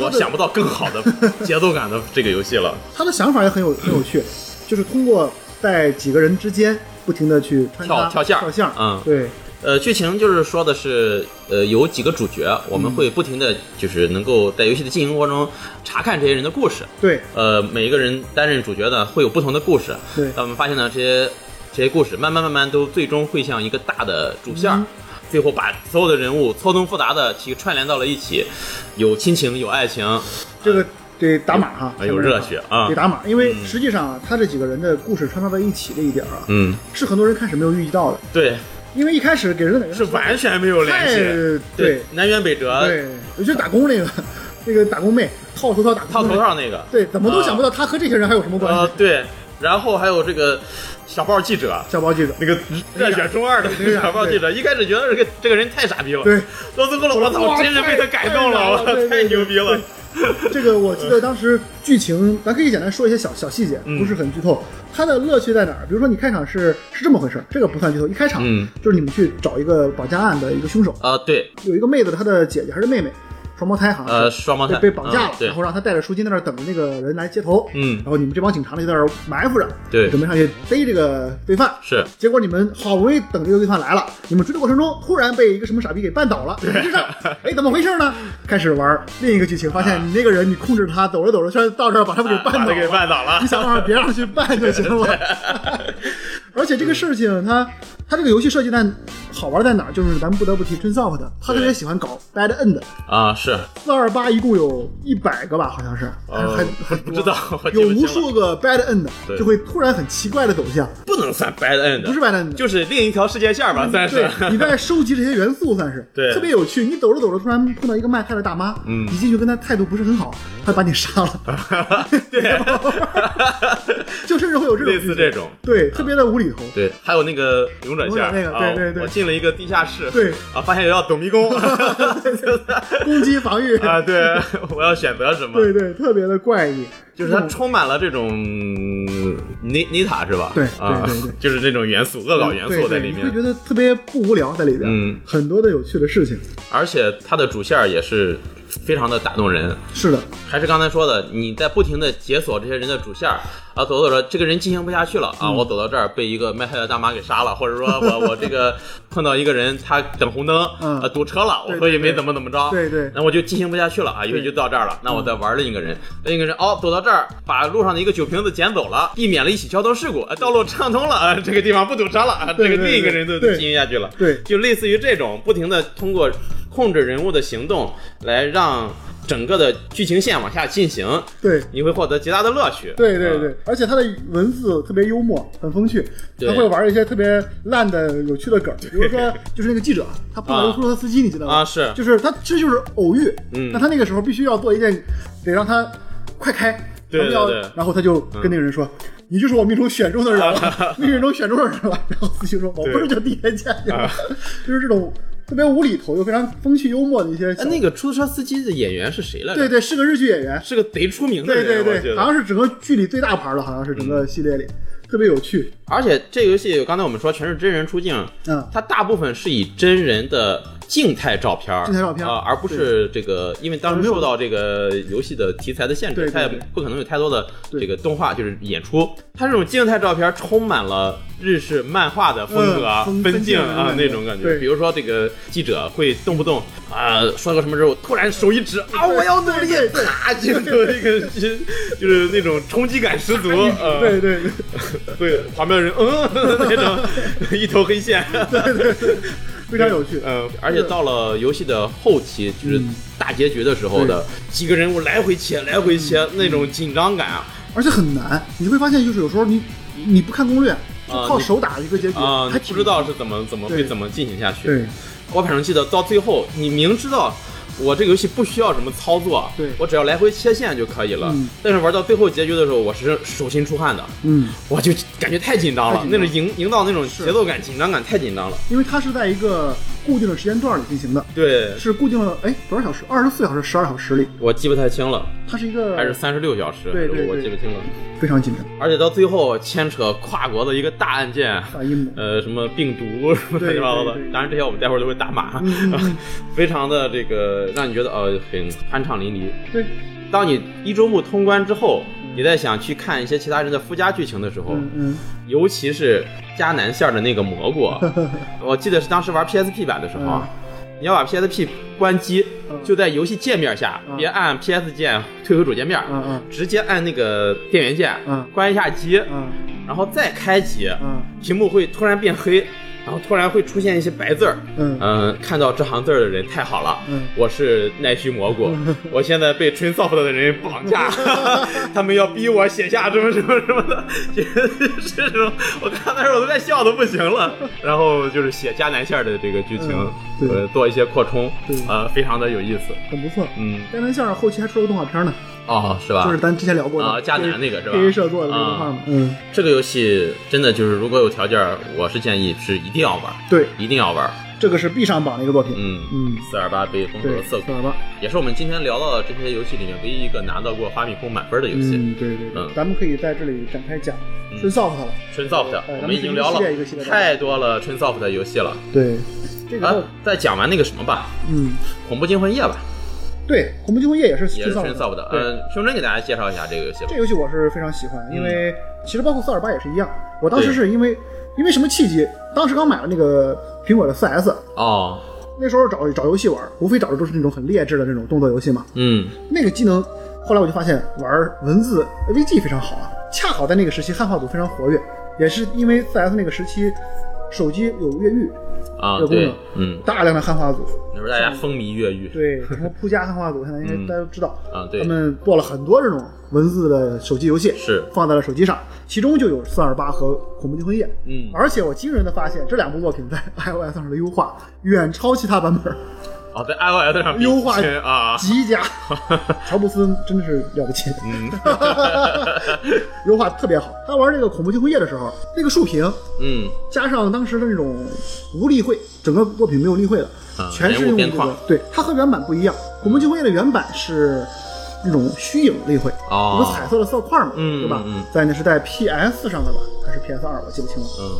Speaker 2: 我想不到更好的 <laughs> 节奏感的这个游戏了。
Speaker 1: 他的想法也很有很有趣，就是通过在几个人之间不停的去穿插
Speaker 2: 跳跳线儿
Speaker 1: 跳线儿，
Speaker 2: 嗯
Speaker 1: 对，
Speaker 2: 呃，剧情就是说的是，呃，有几个主角，我们会不停的就是能够在游戏的进行过程中查看这些人的故事，
Speaker 1: 对，
Speaker 2: 呃，每一个人担任主角呢会有不同的故事。
Speaker 1: 对
Speaker 2: 那我们发现呢，这些这些故事慢慢慢慢都最终会向一个大的主线儿。最后把所有的人物错综复杂的去串联到了一起，有亲情，有爱情，
Speaker 1: 这个得打码哈，
Speaker 2: 有热血啊
Speaker 1: 得！打码，因为实际上啊，他这几个人的故事穿插在一起这一点儿啊，
Speaker 2: 嗯，
Speaker 1: 是很多人开始没有预计到的，
Speaker 2: 对，
Speaker 1: 因为一开始给人的感觉
Speaker 2: 是完全没有联
Speaker 1: 太
Speaker 2: 系。啊
Speaker 1: 对
Speaker 2: 南辕北辙，
Speaker 1: 对，尤其是打工那个那个打工妹套头套打
Speaker 2: 套啊
Speaker 1: 工妹
Speaker 2: 头，上那个，
Speaker 1: 对，怎么都想不到他和这些人还有什么关
Speaker 2: 呃
Speaker 1: 系，，
Speaker 2: 对，然后还有这个小报记者，
Speaker 1: 小包记者。
Speaker 2: 那个热血中二的
Speaker 1: 那个
Speaker 2: 小报记者，一开始觉得这个这个人太傻逼了，
Speaker 1: 对，
Speaker 2: 到最后了，我操，
Speaker 1: 哇
Speaker 2: 真是被他感
Speaker 1: 太
Speaker 2: 动了，我
Speaker 1: 太
Speaker 2: 操
Speaker 1: 对
Speaker 2: 太
Speaker 1: 对对
Speaker 2: 牛逼了。
Speaker 1: 这个我记得当时剧情，咱可以简单说一些小小细节，
Speaker 2: 嗯
Speaker 1: 不是很剧透。它的乐趣在哪儿？比如说你开场是是这么回事儿，这个不算剧透。一开场、
Speaker 2: 嗯
Speaker 1: 就是你们去找一个绑架案的一个凶手，
Speaker 2: 啊，对，
Speaker 1: 有一个妹子，她的姐姐还是妹妹，双胞胎好像
Speaker 2: 呃，
Speaker 1: 啊是
Speaker 2: 双胞
Speaker 1: 被
Speaker 2: 胎
Speaker 1: 被绑架了
Speaker 2: 嗯，对
Speaker 1: 然后让他带着赎金在那儿等着那个人来接头，
Speaker 2: 嗯
Speaker 1: 然后你们这帮警察呢就在那儿埋伏着，
Speaker 2: 对
Speaker 1: 准备上去逮这个罪犯。
Speaker 2: 是
Speaker 1: 结果你们好不容易等这个罪犯来了，你们追的过程中突然被一个什么傻逼给绊倒了，没追上，哎，怎么回事呢？开始玩另一个剧情，发现你那个人你控制他，走着走着，突然到这儿把他们给绊
Speaker 2: 啊
Speaker 1: 倒
Speaker 2: 把他
Speaker 1: 了，
Speaker 2: 给绊倒了
Speaker 1: <laughs> 你。想办法别让他去办就行了。 <laughs> 而且这个事情，它它这个游戏设计在好玩在哪儿？就是咱们不得不提 Trinsoft，他特别喜欢搞 bad end。
Speaker 2: 啊，是
Speaker 1: 四二八一共有一百个吧，好像是，还
Speaker 2: 呃
Speaker 1: 还还
Speaker 2: 不
Speaker 1: 多
Speaker 2: 知道我记
Speaker 1: 有
Speaker 2: 不
Speaker 1: 无
Speaker 2: 清了
Speaker 1: 数个 bad end，
Speaker 2: 对
Speaker 1: 就会突然很奇怪的走向，
Speaker 2: 不能算 bad end，
Speaker 1: 不是嗯 bad end，
Speaker 2: 就是另一条世界线吧，算是
Speaker 1: 对，你在收集这些元素算是
Speaker 2: <laughs> 对
Speaker 1: 特别有趣。你走着走着，突然碰到一个卖菜的大妈，
Speaker 2: 嗯啊
Speaker 1: 你进去跟她态度不是很好，她把你杀
Speaker 2: <laughs>
Speaker 1: 了， <laughs>
Speaker 2: 对，
Speaker 1: 就甚至会有这种
Speaker 2: 类似这种。啊
Speaker 1: 对，特别的无厘头。
Speaker 2: 对，还有那个勇者线儿
Speaker 1: 勇者那个
Speaker 2: 啊，
Speaker 1: 对对对
Speaker 2: 我进了一个地下室，
Speaker 1: 对
Speaker 2: 啊，发现要躲
Speaker 1: <laughs>
Speaker 2: 迷宫， <laughs>
Speaker 1: 攻击防御，
Speaker 2: 啊，对，我要选择什么？
Speaker 1: <laughs> 对对，特别的怪异。
Speaker 2: 就是它
Speaker 1: 嗯
Speaker 2: 充满了这种嗯妮妮塔是吧？
Speaker 1: 对
Speaker 2: 啊
Speaker 1: 对对对，
Speaker 2: 就是这种元素，恶搞元素在
Speaker 1: 对对
Speaker 2: 里
Speaker 1: 你会觉
Speaker 2: 面，
Speaker 1: 得特别不无聊在里边，
Speaker 2: 嗯，
Speaker 1: 很多的有趣的事情。
Speaker 2: 而且它的主线儿也是非常的打动人。
Speaker 1: 是的，
Speaker 2: 还是刚才说的，你在不停的解锁这些人的主线儿啊，走着走着，这个人进行不下去了啊，
Speaker 1: 嗯
Speaker 2: 我走到这儿被一个卖菜的大妈给杀了，或者说我我这个碰到一个人他等红灯
Speaker 1: 嗯
Speaker 2: 啊堵车了，我
Speaker 1: 对
Speaker 2: 所以
Speaker 1: 对
Speaker 2: 没怎么怎么着，
Speaker 1: 对对嗯
Speaker 2: 那我就进行不下去了啊，游戏就到这儿了，那我再玩另一个人，另一个人哦走到这儿把路上的一个酒瓶子捡走了，避免了一起交通事故，啊道路畅通了啊，这个地方不堵车了啊，这
Speaker 1: 对
Speaker 2: 个
Speaker 1: 对
Speaker 2: 另一个人就
Speaker 1: 对
Speaker 2: 进行下去了，
Speaker 1: 对
Speaker 2: 就类似于这种不停的通过控制人物的行动来让整个的剧情线往下进行，
Speaker 1: 对。
Speaker 2: 你会获得极大的乐趣。
Speaker 1: 对对
Speaker 2: 啊
Speaker 1: 对，而且他的文字特别幽默，很风趣。
Speaker 2: 对
Speaker 1: 他会玩一些特别烂的、有趣的梗，比如说 <laughs> 就是那个记者，啊他碰到一个出租车司机，你记得吗？
Speaker 2: 啊是
Speaker 1: 就是他其实就是偶遇。
Speaker 2: 嗯
Speaker 1: 那他那个时候必须要做一件，得让他快开，
Speaker 2: 对
Speaker 1: 然后
Speaker 2: 对
Speaker 1: 要
Speaker 2: 对嗯
Speaker 1: 然后他就跟那个人说：“你就是我命中选中的人
Speaker 2: <laughs>
Speaker 1: 了，命运中选中的人了。”然后司机说：“我不是就第一天见你吗
Speaker 2: 啊？”
Speaker 1: <laughs> 就是这种特别无厘头又非常风趣幽默的一些小。
Speaker 2: 哎，那个出租车司机的演员是谁来着？
Speaker 1: 对对，是个日剧演员，
Speaker 2: 是个贼出名
Speaker 1: <laughs>
Speaker 2: 的
Speaker 1: 对
Speaker 2: 人，
Speaker 1: 对
Speaker 2: 我觉
Speaker 1: 对，好
Speaker 2: 得。
Speaker 1: 像是整个剧里最大牌的，好像是整
Speaker 2: 嗯
Speaker 1: 个系列里、特别有趣。
Speaker 2: 而且这个游戏，刚才我们说全是真人出镜，
Speaker 1: 嗯，
Speaker 2: 它大部分是以真人的静态照片儿，
Speaker 1: 静态照片儿
Speaker 2: 啊、而不是这个，因为当时受到这个游戏的题材的限
Speaker 1: 对
Speaker 2: 制，
Speaker 1: 对
Speaker 2: 它也
Speaker 1: 对
Speaker 2: 不可能有太多的
Speaker 1: 对
Speaker 2: 这个动画，就是演出。它这种静态照片儿充满了日式漫画的风格、
Speaker 1: 嗯风
Speaker 2: 分镜
Speaker 1: 分镜
Speaker 2: 啊
Speaker 1: 的
Speaker 2: 那种感觉。
Speaker 1: 对
Speaker 2: 比如说这个记者会动不动啊、说个什么之后，突然手一指啊，我要努力，啪，就一个就是那种冲击感十足，
Speaker 1: <laughs>
Speaker 2: 呃，
Speaker 1: 对对 <laughs> 对
Speaker 2: 对，旁边人嗯那种一头黑线。
Speaker 1: <laughs> 对对，非常有趣。
Speaker 2: 呃，而且到了游戏的后期，就是大结局的时候的几个人物来回切、来回切，那种紧张感啊，
Speaker 1: 而且很难，你会发现就是有时候你你不看攻略，就靠
Speaker 2: 啊你
Speaker 1: 手打一个结局，
Speaker 2: 啊，
Speaker 1: 还
Speaker 2: 你
Speaker 1: 挺
Speaker 2: 不知道是怎么怎么
Speaker 1: 对
Speaker 2: 会怎么进行下去。
Speaker 1: 对
Speaker 2: 我反正记得到最后，你明知道。我这个游戏不需要什么操作，
Speaker 1: 对
Speaker 2: 我只要来回切线就可以了。
Speaker 1: 嗯
Speaker 2: 但是玩到最后结局的时候，我是手心出汗的，
Speaker 1: 嗯，
Speaker 2: 我就感觉太紧张了，
Speaker 1: 太紧
Speaker 2: 那
Speaker 1: 张
Speaker 2: 种营营造那种节奏感、紧张感太紧张了。
Speaker 1: 因为它是在一个固定的时间段里进行的，
Speaker 2: 对，
Speaker 1: 是固定了哎多少小时？二十四小时、十二小时里，
Speaker 2: 我记不太清了，
Speaker 1: 它是一个
Speaker 2: 还是三十六小时，
Speaker 1: 对对
Speaker 2: 我
Speaker 1: 对
Speaker 2: 记不清了。
Speaker 1: 非常紧张
Speaker 2: 而且到最后牵扯跨国的一个大案件，
Speaker 1: 大阴谋。
Speaker 2: 呃，什么病毒什么乱七八糟的
Speaker 1: 嗯对对，对嗯
Speaker 2: 当然这些我们待会儿都会打码， <laughs> 非常的这个让你觉得呃很酣畅淋漓。
Speaker 1: 对，
Speaker 2: 当你一周目通关之后，你再想去看一些其他人的附加剧情的时候，
Speaker 1: 嗯嗯，
Speaker 2: 尤其是迦南馅儿的那个
Speaker 1: <laughs>
Speaker 2: 蘑菇，我记得是当时玩 PSP 版的时候啊，你要把 PSP 关机，
Speaker 1: 嗯
Speaker 2: 就在游戏界面下，
Speaker 1: 嗯
Speaker 2: 别按 PS 键退回主界面，
Speaker 1: 嗯嗯
Speaker 2: 直接按那个电源键，
Speaker 1: 嗯
Speaker 2: 关一下机，
Speaker 1: 嗯
Speaker 2: 然后再开机，
Speaker 1: 嗯
Speaker 2: 屏幕会突然变黑，然后突然会出现一些白字儿。
Speaker 1: 嗯
Speaker 2: 嗯，看到这行字儿的人太好了，
Speaker 1: 嗯
Speaker 2: 我是奈须蘑菇， <laughs> 我现在被 t r i n s o f t 的人绑
Speaker 1: <laughs>
Speaker 2: 架，他们要逼我写下什么什么什么的， <laughs> 就是这种，我看的时候我都快笑的不行了。
Speaker 1: <laughs>
Speaker 2: 然后就是写迦南线儿的这个剧情，
Speaker 1: 嗯对
Speaker 2: 呃，做一些扩充
Speaker 1: 对，
Speaker 2: 呃，非常的有意思，
Speaker 1: 很不错。
Speaker 2: 嗯，
Speaker 1: 江南相声后期还出了个动画片呢，
Speaker 2: 哦，是吧？
Speaker 1: 就是咱之前聊过的
Speaker 2: 啊迦南那个是吧啊
Speaker 1: A 社做的那个动画嘛，嗯，
Speaker 2: 这个游戏真的就是，如果有条件儿，我是建议是一定要玩儿，
Speaker 1: 对，
Speaker 2: 一定要玩儿，
Speaker 1: 这个是必上榜的一个作品。
Speaker 2: 嗯
Speaker 1: 嗯
Speaker 2: 四二八被封锁
Speaker 1: 对
Speaker 2: 的，涩谷
Speaker 1: 四。二八，
Speaker 2: 也是我们今天聊到的这些游戏里面唯一一个拿到过发米空满分的游戏。
Speaker 1: 嗯，对对
Speaker 2: 嗯
Speaker 1: 对，咱们可以在这里展开讲
Speaker 2: 嗯
Speaker 1: Sunsoft 了。
Speaker 2: Trinsoft，
Speaker 1: 哎
Speaker 2: 我们已经聊了
Speaker 1: 咱们是一个系列一个系列的嗯
Speaker 2: 太多了 Trinsoft 的游戏了。啊
Speaker 1: 对，这个
Speaker 2: 啊，再讲完那个什么吧，
Speaker 1: 嗯，
Speaker 2: 恐怖惊魂夜吧。
Speaker 1: 对，《恐怖惊魂夜》也是
Speaker 2: 也是
Speaker 1: Trin
Speaker 2: 纯造不的。
Speaker 1: 对
Speaker 2: 嗯，胸针给大家介绍一下这个游戏吧
Speaker 1: 这。游戏我是非常喜欢，因为
Speaker 2: 嗯
Speaker 1: 其实包括四二八也是一样，我当时是因为因为什么契机，当时刚买了那个苹果的 4S，
Speaker 2: 哦，
Speaker 1: 那时候找找游戏玩，无非找的都是那种很劣质的那种动作游戏嘛。
Speaker 2: 嗯，
Speaker 1: 那个技能，后来我就发现玩文字 AVG 非常好啊，恰好在那个时期汉化组非常活跃，也是因为 4S 那个时期手机有越狱，
Speaker 2: 啊
Speaker 1: 这个功
Speaker 2: 对
Speaker 1: 能，
Speaker 2: 嗯，
Speaker 1: 大量的汉化
Speaker 2: <laughs>
Speaker 1: 组，
Speaker 2: 那时候大家风靡越狱，
Speaker 1: 嗯对什么扑家汉化组，现在应该大家都知道，
Speaker 2: 啊对
Speaker 1: 他，们做了很多这种文字的手机游戏，
Speaker 2: 是，
Speaker 1: 放在了手机上，其中就有428和《恐怖惊魂夜》。
Speaker 2: 嗯，
Speaker 1: 而且我惊人的发现，这两部作品在 <laughs> iOS 上的优化远超其他版本，
Speaker 2: 哦，在 iOS 上比
Speaker 1: 优化
Speaker 2: 啊，
Speaker 1: 极
Speaker 2: <laughs>
Speaker 1: 佳。乔布斯真的是了不起，
Speaker 2: 嗯
Speaker 1: <laughs> 优化特别好。他玩这个《恐怖惊魂夜》的时候，那个竖屏
Speaker 2: 嗯，
Speaker 1: 加上当时的那种无例会，整个作品没有例会了，
Speaker 2: 啊
Speaker 1: 全是
Speaker 2: 人物
Speaker 1: 用这
Speaker 2: 边
Speaker 1: 个
Speaker 2: 框。
Speaker 1: 对，它和原版不一样，《恐怖惊魂夜》的原版是那种虚影例会，有个
Speaker 2: 哦，
Speaker 1: 彩色的色块嘛，
Speaker 2: 嗯
Speaker 1: 对吧？
Speaker 2: 嗯嗯
Speaker 1: 在那是在 PS 上的吧，还是 PS 二？我记不清了。
Speaker 2: 嗯，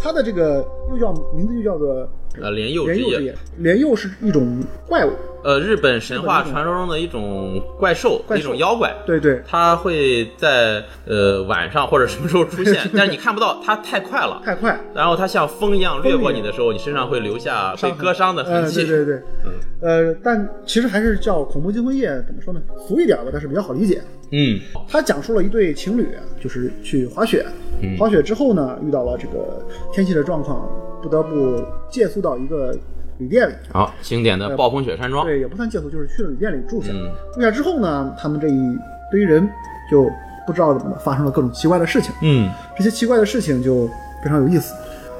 Speaker 1: 它的这个又叫名字又叫做
Speaker 2: 呃，莲幼之
Speaker 1: 莲
Speaker 2: 夜
Speaker 1: 之，夜，莲幼是一种怪物，
Speaker 2: 呃，日本神话
Speaker 1: 日本那种
Speaker 2: 传说中的一种怪兽，
Speaker 1: 怪
Speaker 2: 一
Speaker 1: 兽
Speaker 2: 种妖怪。
Speaker 1: 对对
Speaker 2: 它会在呃晚上或者什么时候
Speaker 1: <laughs>
Speaker 2: 出现，但是你看不到，它太快了。
Speaker 1: 太快，
Speaker 2: 然后它像风一样掠过你的时候，你身上会留下啊被割伤的痕
Speaker 1: 呃，
Speaker 2: 迹。嗯
Speaker 1: 对对对，呃，但其实还是叫恐怖惊魂夜，怎么说呢？俗一点吧，但是比较好理解。
Speaker 2: 嗯
Speaker 1: 它讲述了一对情侣，啊就是去滑雪，
Speaker 2: 嗯
Speaker 1: 滑雪之后呢，遇到了这个天气的状况，不得不借宿到一个旅店里，
Speaker 2: 好，经典的暴风雪山庄。
Speaker 1: 对，也不算借宿，就是去了旅店里住下。
Speaker 2: 嗯
Speaker 1: 住下之后呢，他们这一堆人就不知道怎么了，发生了各种奇怪的事情。
Speaker 2: 嗯
Speaker 1: 这些奇怪的事情就非常有意思，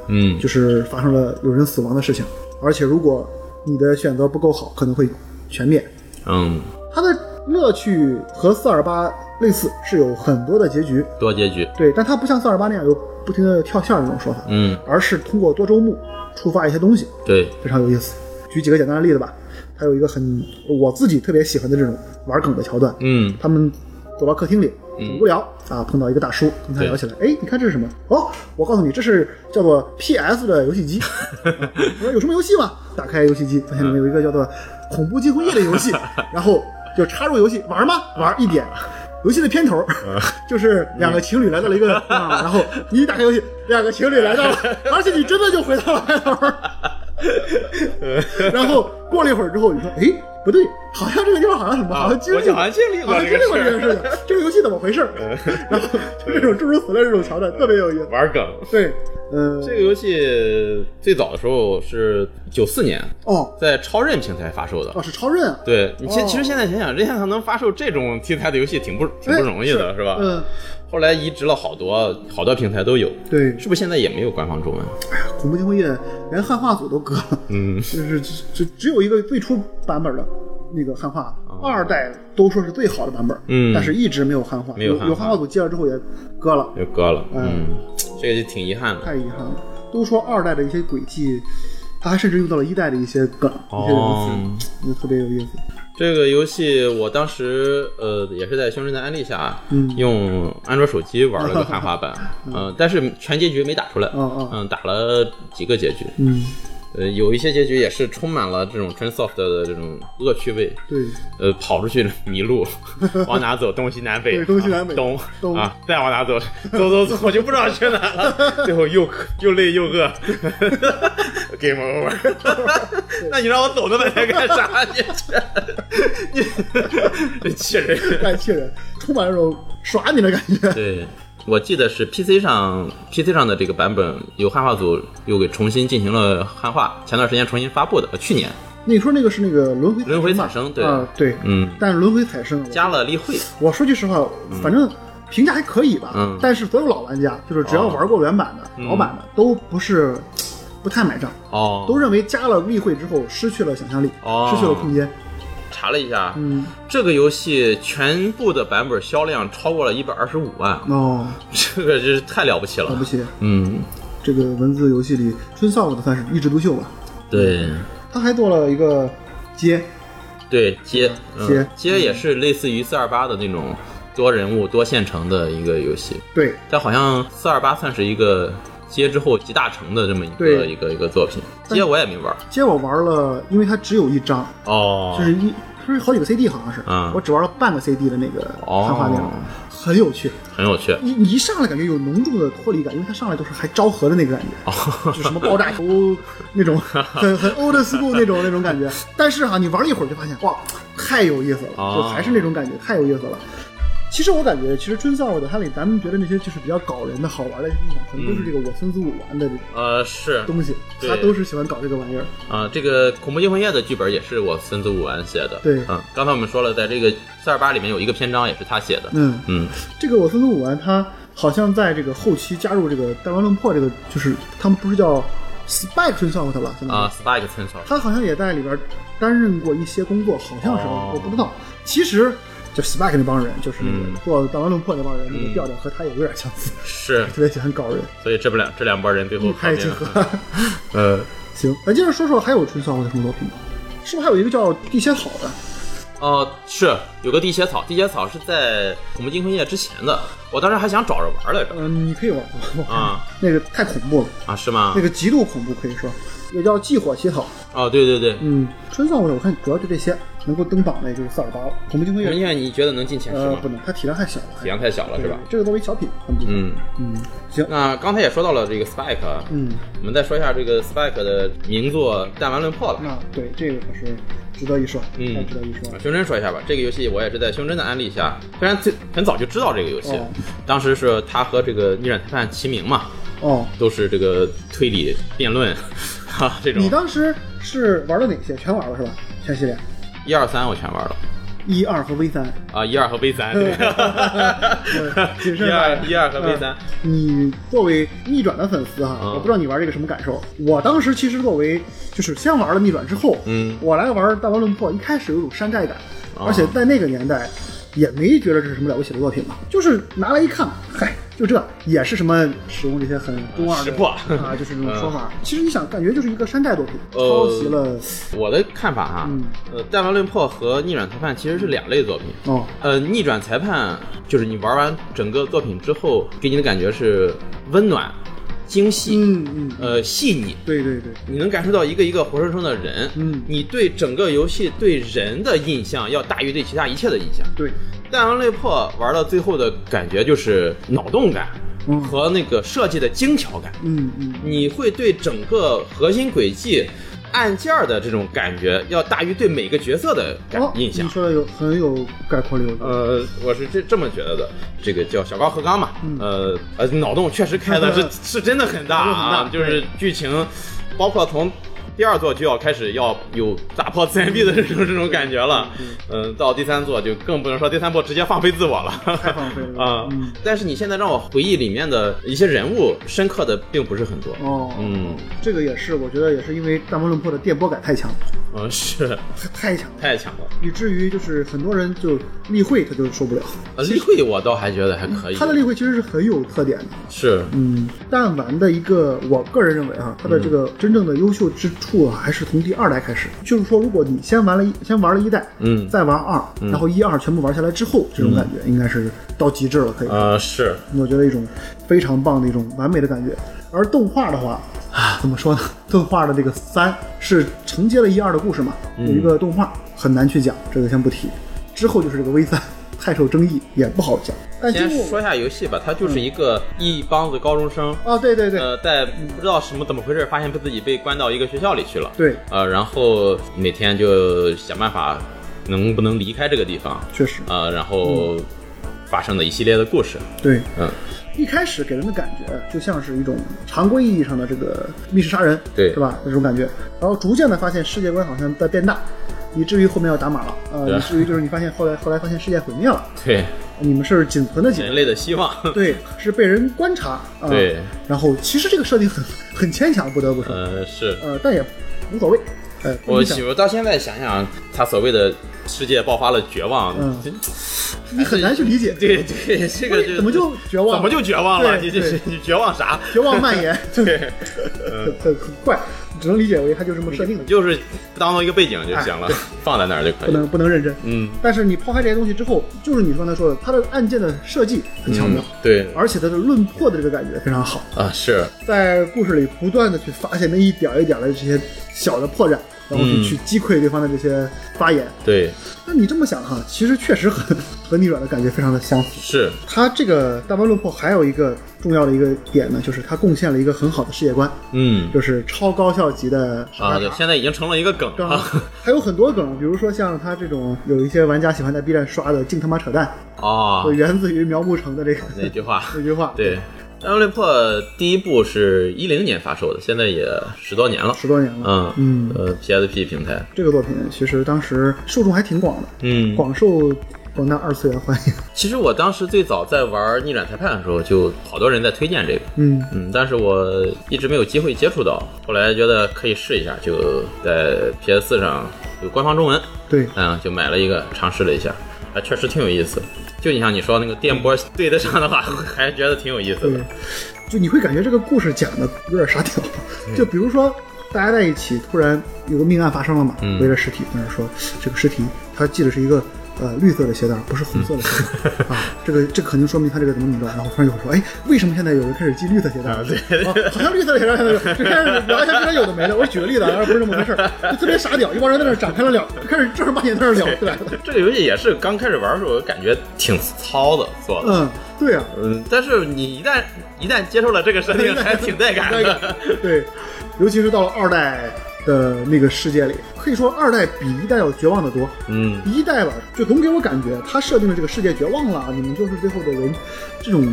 Speaker 2: 嗯
Speaker 1: 就是发生了有人死亡的事情，而且如果你的选择不够好，可能会全灭。
Speaker 2: 嗯，
Speaker 1: 它的乐趣和四二八类似，是有很多的结局，
Speaker 2: 多结局。
Speaker 1: 对，但它不像四二八那样有不停的跳线儿那种说法，
Speaker 2: 嗯，
Speaker 1: 而是通过多周目触发一些东西，
Speaker 2: 对，
Speaker 1: 非常有意思。举几个简单的例子吧，还有一个很我自己特别喜欢的这种玩梗的桥段，
Speaker 2: 嗯
Speaker 1: 他们走到客厅里，
Speaker 2: 嗯
Speaker 1: 很无聊、啊，碰到一个大叔，跟他聊起来，哎，你看这是什么？哦，我告诉你，这是叫做 PS 的游戏
Speaker 2: <laughs>
Speaker 1: 机。啊我说有什么游戏吗？打开游戏机，发现里面有一个叫做
Speaker 2: <laughs>
Speaker 1: 《恐怖惊魂夜》的游戏，然后就插入游戏玩吗？玩一
Speaker 2: <laughs>
Speaker 1: 点。游戏的片头就是两个情侣来到了一个地
Speaker 2: 嗯
Speaker 1: 方，然后你一打开游戏，两个情侣来到
Speaker 2: <laughs>
Speaker 1: 了，而且你真的就回到了开头。然后过了一会儿之后，你说，哎，不对，好像这个地方好像什么，
Speaker 2: 啊
Speaker 1: 好像经历
Speaker 2: 我好像经历过
Speaker 1: 好像经历
Speaker 2: 这个
Speaker 1: 过
Speaker 2: 事儿嗯
Speaker 1: 这个事情，这个游戏怎么回事儿？ <laughs> 然后就这种诸如此类这种桥段特别有意思。
Speaker 2: 玩梗。
Speaker 1: 对，呃，
Speaker 2: 这个游戏最早的时候是九四年，
Speaker 1: 哦
Speaker 2: 在超任平台发售的
Speaker 1: 哦。是超任啊，
Speaker 2: 对你其
Speaker 1: 哦
Speaker 2: 其实现在想想，任天堂能发售这种题材的游戏挺不挺不容易的，是吧？
Speaker 1: 嗯，
Speaker 2: 后来移植了好多好多平台都有，
Speaker 1: 对，
Speaker 2: 是不是现在也没有官方中文？
Speaker 1: 恐怖惊魂夜连汉化组都割了，
Speaker 2: 嗯，
Speaker 1: 就是只只有一个最初版本的。那个汉化二代都说是最好的版本，
Speaker 2: 哦嗯
Speaker 1: 但是一直没有汉化，
Speaker 2: 没有汉化
Speaker 1: 有汉化组接了之后也割了，
Speaker 2: 又割了，
Speaker 1: 嗯
Speaker 2: 嗯，这个就挺遗憾的。
Speaker 1: 太遗憾了。都说二代的一些轨迹，他还甚至用到了一代的一些梗、一些
Speaker 2: 哦
Speaker 1: 名词，嗯特别有意思。
Speaker 2: 这个游戏我当时呃也是在兄弟的安利下，
Speaker 1: 嗯
Speaker 2: 用安卓手机玩了个汉
Speaker 1: <laughs>
Speaker 2: 化版，嗯，但是全结局没打出来，
Speaker 1: 嗯嗯
Speaker 2: 嗯，打了几个结局，
Speaker 1: 嗯，
Speaker 2: 呃，有一些结局也是充满了这种 Transoft 的这种恶趣味，
Speaker 1: 对，
Speaker 2: 呃，跑出去 <laughs> 迷路，往哪走？东西南北，
Speaker 1: 对东西南北
Speaker 2: 啊东
Speaker 1: 东
Speaker 2: 啊，再往哪走？走走走，我就不知道去哪了。最后又渴又累又饿 <laughs> ，game over。那你 <laughs> 让我走那么远干啥？你这你这气人。
Speaker 1: <laughs> 太气人，充满那种耍你的感觉。
Speaker 2: <laughs> 对，我记得是 PC 上 PC 上的这个版本，由汉化组又给重新进行了汉化，前段时间重新发布的，呃去年，
Speaker 1: 你说那个是那个轮回
Speaker 2: 轮回
Speaker 1: 吧
Speaker 2: 彩生对
Speaker 1: 啊对，
Speaker 2: 嗯，
Speaker 1: 但是轮回彩生，
Speaker 2: 加了例会，
Speaker 1: 我说句实话，反正评价还可以吧。
Speaker 2: 嗯
Speaker 1: 但是所有老玩家，就是只要
Speaker 2: 哦
Speaker 1: 玩过原版的、老版的，都不是不太买账，
Speaker 2: 哦，
Speaker 1: 都认为加了例会之后失去了想象力，
Speaker 2: 哦
Speaker 1: 失去了空间。
Speaker 2: 查了一下，
Speaker 1: 嗯，
Speaker 2: 这个游戏全部的版本销量超过了一百二十五万， <laughs>
Speaker 1: 哦，
Speaker 2: 这个真是太了不起
Speaker 1: 了
Speaker 2: 了
Speaker 1: 不。起，
Speaker 2: 嗯，
Speaker 1: 这个文字游戏里春少的算是一枝独秀吧。
Speaker 2: 对
Speaker 1: 他还做了一个街，
Speaker 2: 对，街
Speaker 1: 街
Speaker 2: 嗯、街也是类似于四二八的那种多人物多线程的一个游戏，
Speaker 1: 对
Speaker 2: 但好像四二八算是一个街之后集大成的这么一个
Speaker 1: 对
Speaker 2: 一个一个作品。街我也没玩儿
Speaker 1: 街我玩了，因为它只有一张，
Speaker 2: 哦
Speaker 1: 就是一是好几个 CD 好像是，
Speaker 2: 嗯
Speaker 1: 我只玩了半个 CD 的那个
Speaker 2: 哦
Speaker 1: 看画面，很有趣。
Speaker 2: 很有趣。
Speaker 1: 你你一上来感觉有浓重的脱离感，因为它上来都是还昭和的那个感
Speaker 2: 哦
Speaker 1: 觉， <laughs> 就什么爆炸头那种，很
Speaker 2: <laughs>
Speaker 1: 很 old school 那种那种感觉。但是哈、你玩一会儿就发现，哇，太有意思了，
Speaker 2: 哦
Speaker 1: 就还是那种感觉，太有意思了。其实我感觉，其实春笑的它里，咱们觉得那些就是比较搞人的好玩的地方，可能都是这个我孙子武玩的这种
Speaker 2: 呃，是
Speaker 1: 东西，
Speaker 2: 嗯对
Speaker 1: 他都是喜欢搞这个玩意儿。
Speaker 2: 啊、这个《恐怖惊魂夜》的剧本也是我孙子武完写的。
Speaker 1: 对
Speaker 2: 嗯，刚才我们说了，在这个四二八里面有一个篇章也是他写的。
Speaker 1: 嗯，
Speaker 2: 嗯，
Speaker 1: 这个我孙子武丸他好像在这个后期加入这个弹丸论破这个，就是他们不是叫 Spike 春笑他吧？现在
Speaker 2: 啊、s p i k e 村草，
Speaker 1: 他好像也在里边担任过一些工作，好像是、
Speaker 2: 哦
Speaker 1: 我不知道。其实就 Spike 那帮人，就是那
Speaker 2: 嗯
Speaker 1: 个做弹丸论破那帮人，那
Speaker 2: 嗯
Speaker 1: 个调调和他也有点相似，
Speaker 2: 是，
Speaker 1: 特别喜欢
Speaker 2: <laughs>
Speaker 1: 搞人，
Speaker 2: 所以这不两这两拨人最后
Speaker 1: 一
Speaker 2: 合
Speaker 1: 拍
Speaker 2: 并
Speaker 1: 即
Speaker 2: 了。
Speaker 1: 合。
Speaker 2: 呃，
Speaker 1: 行，咱接着说说还有春少的什么作品吧。是不是还有一个叫地仙草的？
Speaker 2: 哦、是有个地切草，地切草是在《恐怖惊魂夜》之前的，我当时还想找着玩来着。
Speaker 1: 嗯，你可以玩过，
Speaker 2: 啊
Speaker 1: 那个太恐怖了，
Speaker 2: 啊，是吗
Speaker 1: 那？个极度恐怖，可以说也叫祭火乞讨。
Speaker 2: 哦，对对对，《
Speaker 1: 嗯，春丧我我看主要就这些，能够登榜的也就是四二八了。恐怖惊魂
Speaker 2: 恐怖
Speaker 1: 夜，
Speaker 2: 惊魂夜》你觉得能进前十
Speaker 1: 呃，
Speaker 2: 吗
Speaker 1: 不？能，它体量太小了，
Speaker 2: 体量太小了，是吧
Speaker 1: 对？这个作为小品，很不错。
Speaker 2: 嗯，
Speaker 1: 嗯，行，
Speaker 2: 那刚才也说到了这个 Spike，啊
Speaker 1: 嗯，
Speaker 2: 我们再说一下这个 Spike 的名作《弹丸论破》吧。
Speaker 1: 那对这个可是值得一说，哎
Speaker 2: 嗯
Speaker 1: 太值得一说了。
Speaker 2: 胸针说一下吧，这个游戏我也是在胸针的安利下，虽然最很早就知道这个游戏，
Speaker 1: 哦
Speaker 2: 当时是它和这个逆转裁判齐名嘛，
Speaker 1: 哦，
Speaker 2: 都是这个推理辩论， <laughs> 哈、这种
Speaker 1: 你当时是玩了哪些？全玩了是吧？全系列，
Speaker 2: 一二三我全玩了
Speaker 1: 一二和 V 三。
Speaker 2: 啊，一二和 V 三，
Speaker 1: <laughs>
Speaker 2: 对，
Speaker 1: 嗯谨慎
Speaker 2: 一
Speaker 1: 吧嗯
Speaker 2: 二一二和 V 三，
Speaker 1: 你作为逆转的粉丝哈，
Speaker 2: 嗯
Speaker 1: 我不知道你玩这个什么感受。我当时其实作为就是先玩了逆转之后，
Speaker 2: 嗯
Speaker 1: 我来玩《大王论破》，一开始有种山寨感，
Speaker 2: 哦
Speaker 1: 而且在那个年代也没觉得这是什么了不起的作品嘛，就是拿来一看，嗨。就这也是什么使用这些很中二
Speaker 2: 识
Speaker 1: 的
Speaker 2: 破嗯
Speaker 1: 啊，就是这种说法。其实你想，感觉就是一个山寨作品，
Speaker 2: 呃
Speaker 1: 抄袭了
Speaker 2: 我的看法哈，
Speaker 1: 嗯
Speaker 2: 呃，弹丸论破和逆转裁判其实是两类作品，
Speaker 1: 哦，
Speaker 2: 呃，逆转裁判就是你玩完整个作品之后，给你的感觉是温暖、精细，
Speaker 1: 嗯嗯，
Speaker 2: 呃，细腻。
Speaker 1: 对对对，
Speaker 2: 你能感受到一个一个活生生的人，
Speaker 1: 嗯
Speaker 2: 你对整个游戏对人的印象要大于对其他一切的印象。
Speaker 1: 对，
Speaker 2: 弹丸论破玩到最后的感觉就是脑洞感
Speaker 1: 嗯
Speaker 2: 和那个设计的精巧感，
Speaker 1: 嗯嗯，
Speaker 2: 你会对整个核心轨迹、按键儿的这种感觉要大于对每个角色的感
Speaker 1: 哦，
Speaker 2: 印象
Speaker 1: 你。说的有很有概括力，我觉得
Speaker 2: 呃，我是这这么觉得的，这个叫小高和刚嘛，
Speaker 1: 嗯
Speaker 2: 呃呃，脑洞确实开的是
Speaker 1: <laughs>
Speaker 2: 是真的很大啊，
Speaker 1: 脑洞很大
Speaker 2: 就是剧情，包括从第二座就要开始要有打破自然壁的这种这种感觉了，嗯、到第三座就更不能说第三部直接放飞自我了， <laughs>
Speaker 1: 太放飞了
Speaker 2: 啊、
Speaker 1: 嗯
Speaker 2: 但是你现在让我回忆里面的一些人物，深刻的并不是很多，
Speaker 1: 哦，
Speaker 2: 嗯
Speaker 1: 这个也是，我觉得也是因为《弹幕论破》的电波感太强，
Speaker 2: 嗯，是
Speaker 1: 太强了，
Speaker 2: 太强了。
Speaker 1: 以至于就是很多人就例会他就受不了。
Speaker 2: 呃，例会我倒还觉得还可以，
Speaker 1: 他的例会其实是很有特点的，
Speaker 2: 是
Speaker 1: 嗯，弹丸的一个，我个人认为啊，它的这个真正的优秀之处啊，还是从第二代开始。就是说，如果你先玩了一，先玩了一代，
Speaker 2: 嗯
Speaker 1: 再玩二，然后一二全部玩下来之后，这种感觉应该是到极致了，可以说。
Speaker 2: 呃是
Speaker 1: 我觉得一种非常棒的一种完美的感觉。而动画的话，啊，怎么说呢？动画的这个三是承接了一二的故事嘛，
Speaker 2: 嗯
Speaker 1: 有一个动画很难去讲，这个先不提。之后就是这个 V 三太受争议，也不好讲。但经
Speaker 2: 先
Speaker 1: 过
Speaker 2: 说一下游戏吧，它就是一个一帮子高中生，
Speaker 1: 啊，对对对、
Speaker 2: 呃，在不知道什么怎么回事，发现自己被关到一个学校里去了，
Speaker 1: 对，
Speaker 2: 呃，然后每天就想办法能不能离开这个地方，
Speaker 1: 确实
Speaker 2: 呃，然后
Speaker 1: 嗯
Speaker 2: 发生的一系列的故事，
Speaker 1: 对。
Speaker 2: 嗯，
Speaker 1: 一开始给人的感觉就像是一种常规意义上的这个密室杀人，
Speaker 2: 对
Speaker 1: 是吧？那种感觉。然后逐渐的发现世界观好像在变大，以至于后面要打码了，
Speaker 2: 对啊
Speaker 1: 呃，以至于就是你发现后来后来发现世界毁灭了，
Speaker 2: 对，
Speaker 1: 你们是仅存的几个
Speaker 2: 人类的希望，
Speaker 1: 对，是被人观察啊。
Speaker 2: 对，
Speaker 1: 然后其实这个设定很很牵强，不得不说，
Speaker 2: 呃，是
Speaker 1: 呃，但也无所谓。呃，不
Speaker 2: 我
Speaker 1: 影响
Speaker 2: 我到现在想想，他所谓的世界爆发了绝望，
Speaker 1: 嗯
Speaker 2: 这
Speaker 1: 你很难去理解，
Speaker 2: <laughs> 对对，这个
Speaker 1: 哎怎么就绝望了
Speaker 2: 怎么就绝望了？
Speaker 1: 对
Speaker 2: 你这
Speaker 1: 对
Speaker 2: 你绝望啥？
Speaker 1: 绝望蔓延，
Speaker 2: <laughs> 对，
Speaker 1: 很很很怪，只能理解为它就这么设定的，
Speaker 2: 就是当做一个背景就行了， <laughs> 放在那儿就可
Speaker 1: 哎不
Speaker 2: 以。
Speaker 1: 能不能认真。
Speaker 2: 嗯，
Speaker 1: 但是你抛开这些东西之后，就是你刚才说的，它的按键的设计很巧妙，
Speaker 2: 嗯对
Speaker 1: 而且它的论破的这个感觉非常好，
Speaker 2: 啊，是
Speaker 1: 在故事里不断的去发现那一点儿一点儿的这些小的破绽，然后去去击溃对方的这些发言。
Speaker 2: 对，
Speaker 1: 那你这么想哈，其实确实和和逆转的感觉非常的相符。
Speaker 2: 是，
Speaker 1: 它这个大班论破还有一个重要的一个点呢，就是它贡献了一个很好的世界观，
Speaker 2: 嗯，
Speaker 1: 就是超高效级的杀
Speaker 2: 啊，
Speaker 1: 人
Speaker 2: 对，
Speaker 1: 法
Speaker 2: 现在已经成了一个梗
Speaker 1: 对啊
Speaker 2: 了。，
Speaker 1: 还有很多梗，比如说像他这种有一些玩家喜欢在 B 站刷的“净他妈扯淡”，
Speaker 2: 啊
Speaker 1: 就，源自于苗木成的这个，
Speaker 2: 那句话
Speaker 1: 这句话。，
Speaker 2: 对，《大乱破》第一部是一零年发售的，现在也十多年了。
Speaker 1: 十多年了。
Speaker 2: 嗯
Speaker 1: 嗯
Speaker 2: 呃，PSP 平台，
Speaker 1: 这个作品其实当时受众还挺广的，
Speaker 2: 嗯，
Speaker 1: 广受广大二次元欢迎。
Speaker 2: 其实我当时最早在玩《逆转裁判》的时候，就好多人在推荐这个，
Speaker 1: 嗯，
Speaker 2: 嗯，但是我一直没有机会接触到，后来觉得可以试一下，就在 PS 4上有官方中文，
Speaker 1: 对，
Speaker 2: 嗯，就买了一个尝试了一下，还确实挺有意思。就你像你说那个电波对得上的话，还觉得挺有意思的
Speaker 1: 对。就你会感觉这个故事讲的有点傻屌。就比如说，大家在一起，突然有个命案发生了嘛，
Speaker 2: 嗯
Speaker 1: 围着尸体，但是说这个尸体它系的是一个。呃，绿色的鞋带不是红色的鞋带、啊，这个这个肯定说明他这个怎么怎么着。然后突然就会说，哎，为什么现在有人开始系绿色鞋带了？对啊，好像绿色的鞋带现在有，就开始聊一下这边有的没的。我举个例子啊，不是这么回事儿，就特别傻屌，一帮人在那儿展开了聊，就开始正儿八经在那儿聊起来 <laughs> 了。
Speaker 2: 这个游戏也是刚开始玩的时候，我感觉挺糙的做的，
Speaker 1: 嗯，对啊，
Speaker 2: 嗯，但是你一旦一旦接受了这个
Speaker 1: <laughs>
Speaker 2: 设定，还挺带感的。
Speaker 1: 对，尤其是到了二代的那个世界里，可以说二代比一代要绝望的多。
Speaker 2: 嗯，
Speaker 1: 一代吧，就总给我感觉他设定的这个世界绝望了，啊你们就是最后的人，这种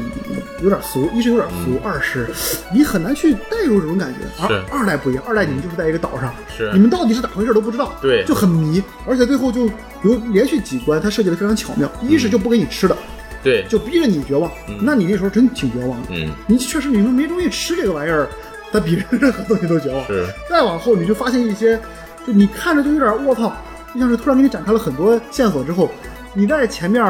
Speaker 1: 有点俗，一是有点俗，二是你很难去代入这种感觉。
Speaker 2: 嗯是
Speaker 1: 而二代不一样，二代你们就是在一个岛上，
Speaker 2: 是
Speaker 1: 你们到底是咋回事都不知道，
Speaker 2: 对
Speaker 1: 就很迷，而且最后就有连续几关，它设计的非常巧妙，一
Speaker 2: 嗯
Speaker 1: 是就不给你吃的，
Speaker 2: 对，
Speaker 1: 就逼着你绝望，那你那时候真挺绝望的。
Speaker 2: 嗯，
Speaker 1: 你确实你说没东西吃这个玩意儿，它比任何东西都绝望。
Speaker 2: 是，
Speaker 1: <laughs> 再往后你就发现一些，就你看着就有点卧槽，就像是突然给你展开了很多线索之后，你在前面，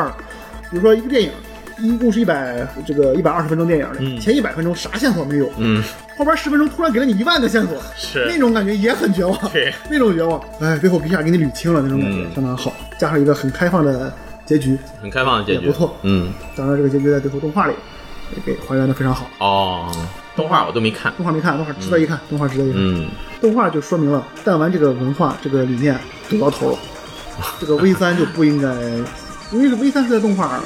Speaker 1: 比如说一个电影，一共是一百这个一百二十分钟电影，
Speaker 2: 嗯
Speaker 1: 前一百分钟啥线索没有，
Speaker 2: 嗯，
Speaker 1: 后边十分钟突然给了你一万个线索，
Speaker 2: 是
Speaker 1: 那种感觉也很绝望，
Speaker 2: 对，
Speaker 1: 那种绝望，哎，最后一下给你捋清了那种感觉，
Speaker 2: 嗯
Speaker 1: 相当好，加上一个很开放的结局，
Speaker 2: 很开放的结局，
Speaker 1: 也不错
Speaker 2: 嗯，
Speaker 1: 当然这个结局在最后动画里也给还原的非常好。
Speaker 2: 哦，动画我都没看。
Speaker 1: 动画没看，动画值得一看，动画值得一看。
Speaker 2: 嗯，
Speaker 1: 动画就说明了弹丸这个文化、这个理念走到
Speaker 2: <laughs>
Speaker 1: 头了。这个 V 三就不应该，因为是 V 三是在动画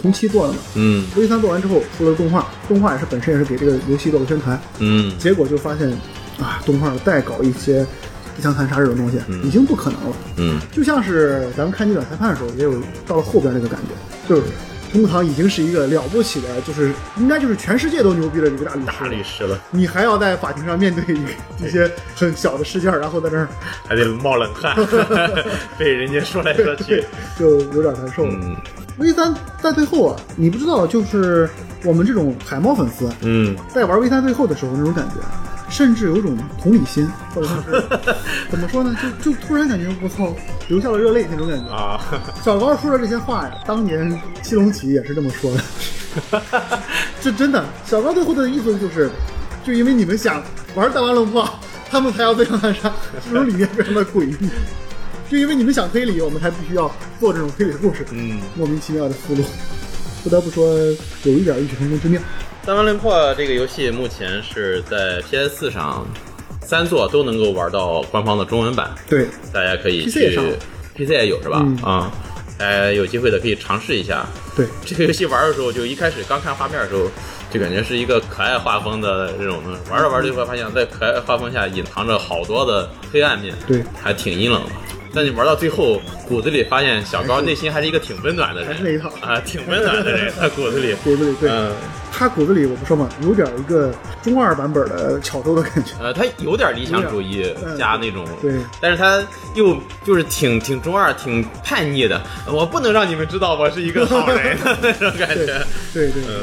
Speaker 1: 同期做的嘛。
Speaker 2: 嗯
Speaker 1: V 三做完之后出了动画，动画也是本身也是给这个游戏做了宣传，
Speaker 2: 嗯，
Speaker 1: 结果就发现啊，动画再搞一些第三残杀这种东西已经不可能了。
Speaker 2: 嗯，
Speaker 1: 就像是咱们看《逆转裁判》的时候，也有到了后边那个感觉，就是冲木堂已经是一个了不起的，就是应该就是全世界都牛逼的一个大律师
Speaker 2: 大
Speaker 1: 了。
Speaker 2: 律师了，
Speaker 1: 你还要在法庭上面对一个一些很小的事件，然后在那儿
Speaker 2: 还得冒冷 <laughs> 汗，被人家说来说去。
Speaker 1: 就有点难受了。
Speaker 2: 嗯
Speaker 1: V 三在最后啊，你不知道，就是我们这种海猫粉丝
Speaker 2: 嗯，
Speaker 1: 在玩 V 三最后的时候那种感觉，甚至有种同理心，或者说是 <laughs> 怎么说呢，就就突然感觉我操，流下了热泪那种感觉。
Speaker 2: 啊，
Speaker 1: 小高说的这些话呀，当年七龙旗也是这么说的。
Speaker 2: <laughs>
Speaker 1: 这真的，小高最后的意思就是，就因为你们想玩大玩龙破，他们才要这样暗杀，这种理念非常的诡异。就因为你们想推理，我们才必须要做这种推理故事，
Speaker 2: 嗯，
Speaker 1: 莫名其妙的思路，不得不说有一点异曲同工之妙。
Speaker 2: 《三万轮破》这个游戏目前是在 PS 四上三座都能够玩到官方的中文版，
Speaker 1: 对，
Speaker 2: 大家可以
Speaker 1: PC 也
Speaker 2: 去
Speaker 1: 上
Speaker 2: PC 也有是吧
Speaker 1: 嗯？
Speaker 2: 啊，哎，有机会的可以尝试一下。
Speaker 1: 对，
Speaker 2: 这个游戏玩的时候，就一开始刚看画面的时候，就感觉是一个可爱画风的这种东西。玩着玩着就会发现，在可爱画风下隐藏着好多的黑暗面，
Speaker 1: 对，
Speaker 2: 还挺阴冷的。但你玩到最后，骨子里发现小高内心还是一个挺温暖的人，
Speaker 1: 还是那一套
Speaker 2: 啊，挺温暖的人，他骨子里，
Speaker 1: 骨子里对、
Speaker 2: 嗯，
Speaker 1: 他骨子里我不说嘛，有点一个中二版本的巧周的感觉。
Speaker 2: 呃，他有点理想主义
Speaker 1: 嗯
Speaker 2: 加那种，
Speaker 1: 对
Speaker 2: 但是他又就是挺挺中二、挺叛逆的，我不能让你们知道我是一个好
Speaker 1: <laughs>
Speaker 2: 人的那种感
Speaker 1: 对
Speaker 2: 觉，
Speaker 1: 对对。
Speaker 2: 嗯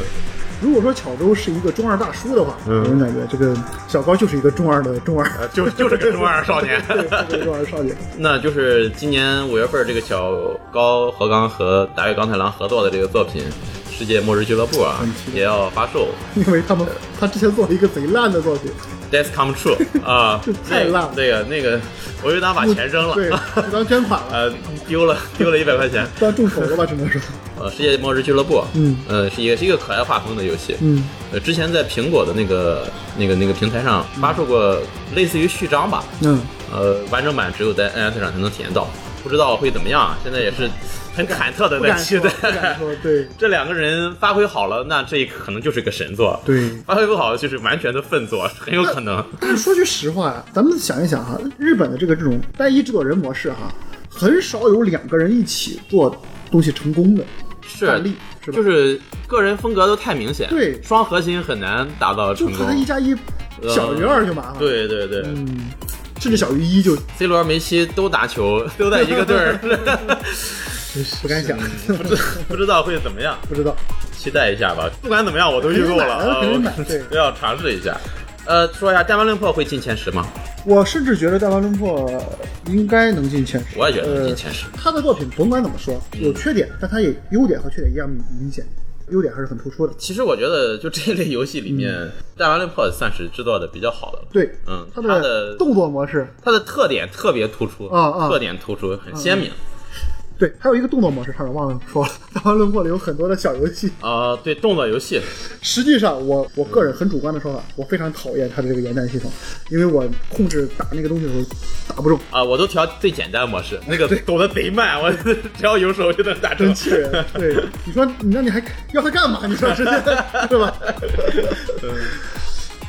Speaker 1: 如果说巧周是一个中二大叔的话，
Speaker 2: 嗯
Speaker 1: 我们感觉这个小高就是一个中二的中二，
Speaker 2: 呃就就是个中二少年。
Speaker 1: <laughs> 对，就是个中二少年。
Speaker 2: 那就是今年五月份这个小高和刚和大月刚太郎合作的这个作品《世界末日俱乐部》啊
Speaker 1: 很期，待
Speaker 2: 也要发售。
Speaker 1: 因为他们他之前做了一个贼烂的作品，
Speaker 2: Death Come True 啊、
Speaker 1: <laughs> 太烂了
Speaker 2: 那个那个，我就当把钱扔了，
Speaker 1: 对，当捐款了，
Speaker 2: <laughs> 呃，丢了 <laughs> 丢了一百块钱。
Speaker 1: 当众筹了吧，只能说，
Speaker 2: 呃，世界末日俱乐部，
Speaker 1: 嗯
Speaker 2: 呃，是也是一个可爱画风的游戏。
Speaker 1: 嗯，
Speaker 2: 呃，之前在苹果的那个那个那个平台上发售过类似于序章吧，
Speaker 1: 嗯，
Speaker 2: 呃，完整版只有在 NS 上才能体验到，不知道会怎么样。啊，现在也是很忐忑的
Speaker 1: 不
Speaker 2: 在
Speaker 1: 敢
Speaker 2: 期
Speaker 1: 说，
Speaker 2: 待。
Speaker 1: 不敢说，对
Speaker 2: 这两个人发挥好了，那这一可能就是个神作；
Speaker 1: 对。
Speaker 2: 发挥不好，就是完全的粪作，很有可
Speaker 1: <laughs>
Speaker 2: 能。
Speaker 1: 但是说句实话，咱们想一想哈，日本的这个这种单一制作人模式哈，很少有两个人一起做东西成功的
Speaker 2: 是
Speaker 1: 案，例，是吧？
Speaker 2: 就是个人风格都太明显，
Speaker 1: 对
Speaker 2: 双核心很难达到
Speaker 1: 就
Speaker 2: 成
Speaker 1: 怕他一
Speaker 2: 功。嗯
Speaker 1: 加一小于二就麻烦，，
Speaker 2: 对对对、
Speaker 1: 嗯，甚至小于一就
Speaker 2: c 罗、梅西都
Speaker 1: <laughs>
Speaker 2: 打球，都在一个队儿，
Speaker 1: 不敢想，
Speaker 2: 不知不知道会怎么样，
Speaker 1: 不知道。
Speaker 2: 期待一下吧。不管怎么样，我都预购了，啊
Speaker 1: 肯定买了
Speaker 2: 我
Speaker 1: 肯定买
Speaker 2: 都 <laughs> 要尝试一下。呃，说一下《弹丸论破》会进前十吗？
Speaker 1: 我甚至觉得《大王侦破》应该能进前十，
Speaker 2: 我也觉得能
Speaker 1: 呃
Speaker 2: 进前嗯十。
Speaker 1: 他的作品甭管怎么说有缺点，但他也优点和缺点一样明显，优点还是很突出的。
Speaker 2: 其实我觉得，就这类游戏里面，弹丸论破》算是制作的比较好的了。
Speaker 1: 嗯对，
Speaker 2: 嗯，
Speaker 1: 他
Speaker 2: 它
Speaker 1: 的动作模式，
Speaker 2: 它的特点特别突出，
Speaker 1: 啊啊
Speaker 2: 特点突出很鲜明。
Speaker 1: 对，还有一个动作模式，差点忘了说了， <laughs> 《大王论破》里有很多的小游戏。
Speaker 2: 啊、对动作游戏，
Speaker 1: 实际上我，我个人很主观的说法，我非常讨厌它的这个延展系统，因为我控制打那个东西的时候打不中，
Speaker 2: 啊、我都调最简单模式，那个抖得贼慢，我 <laughs> 只要有手我就能打中
Speaker 1: 真。气人。对，你说你那你还要它干嘛？你说直接 <laughs> 对吧？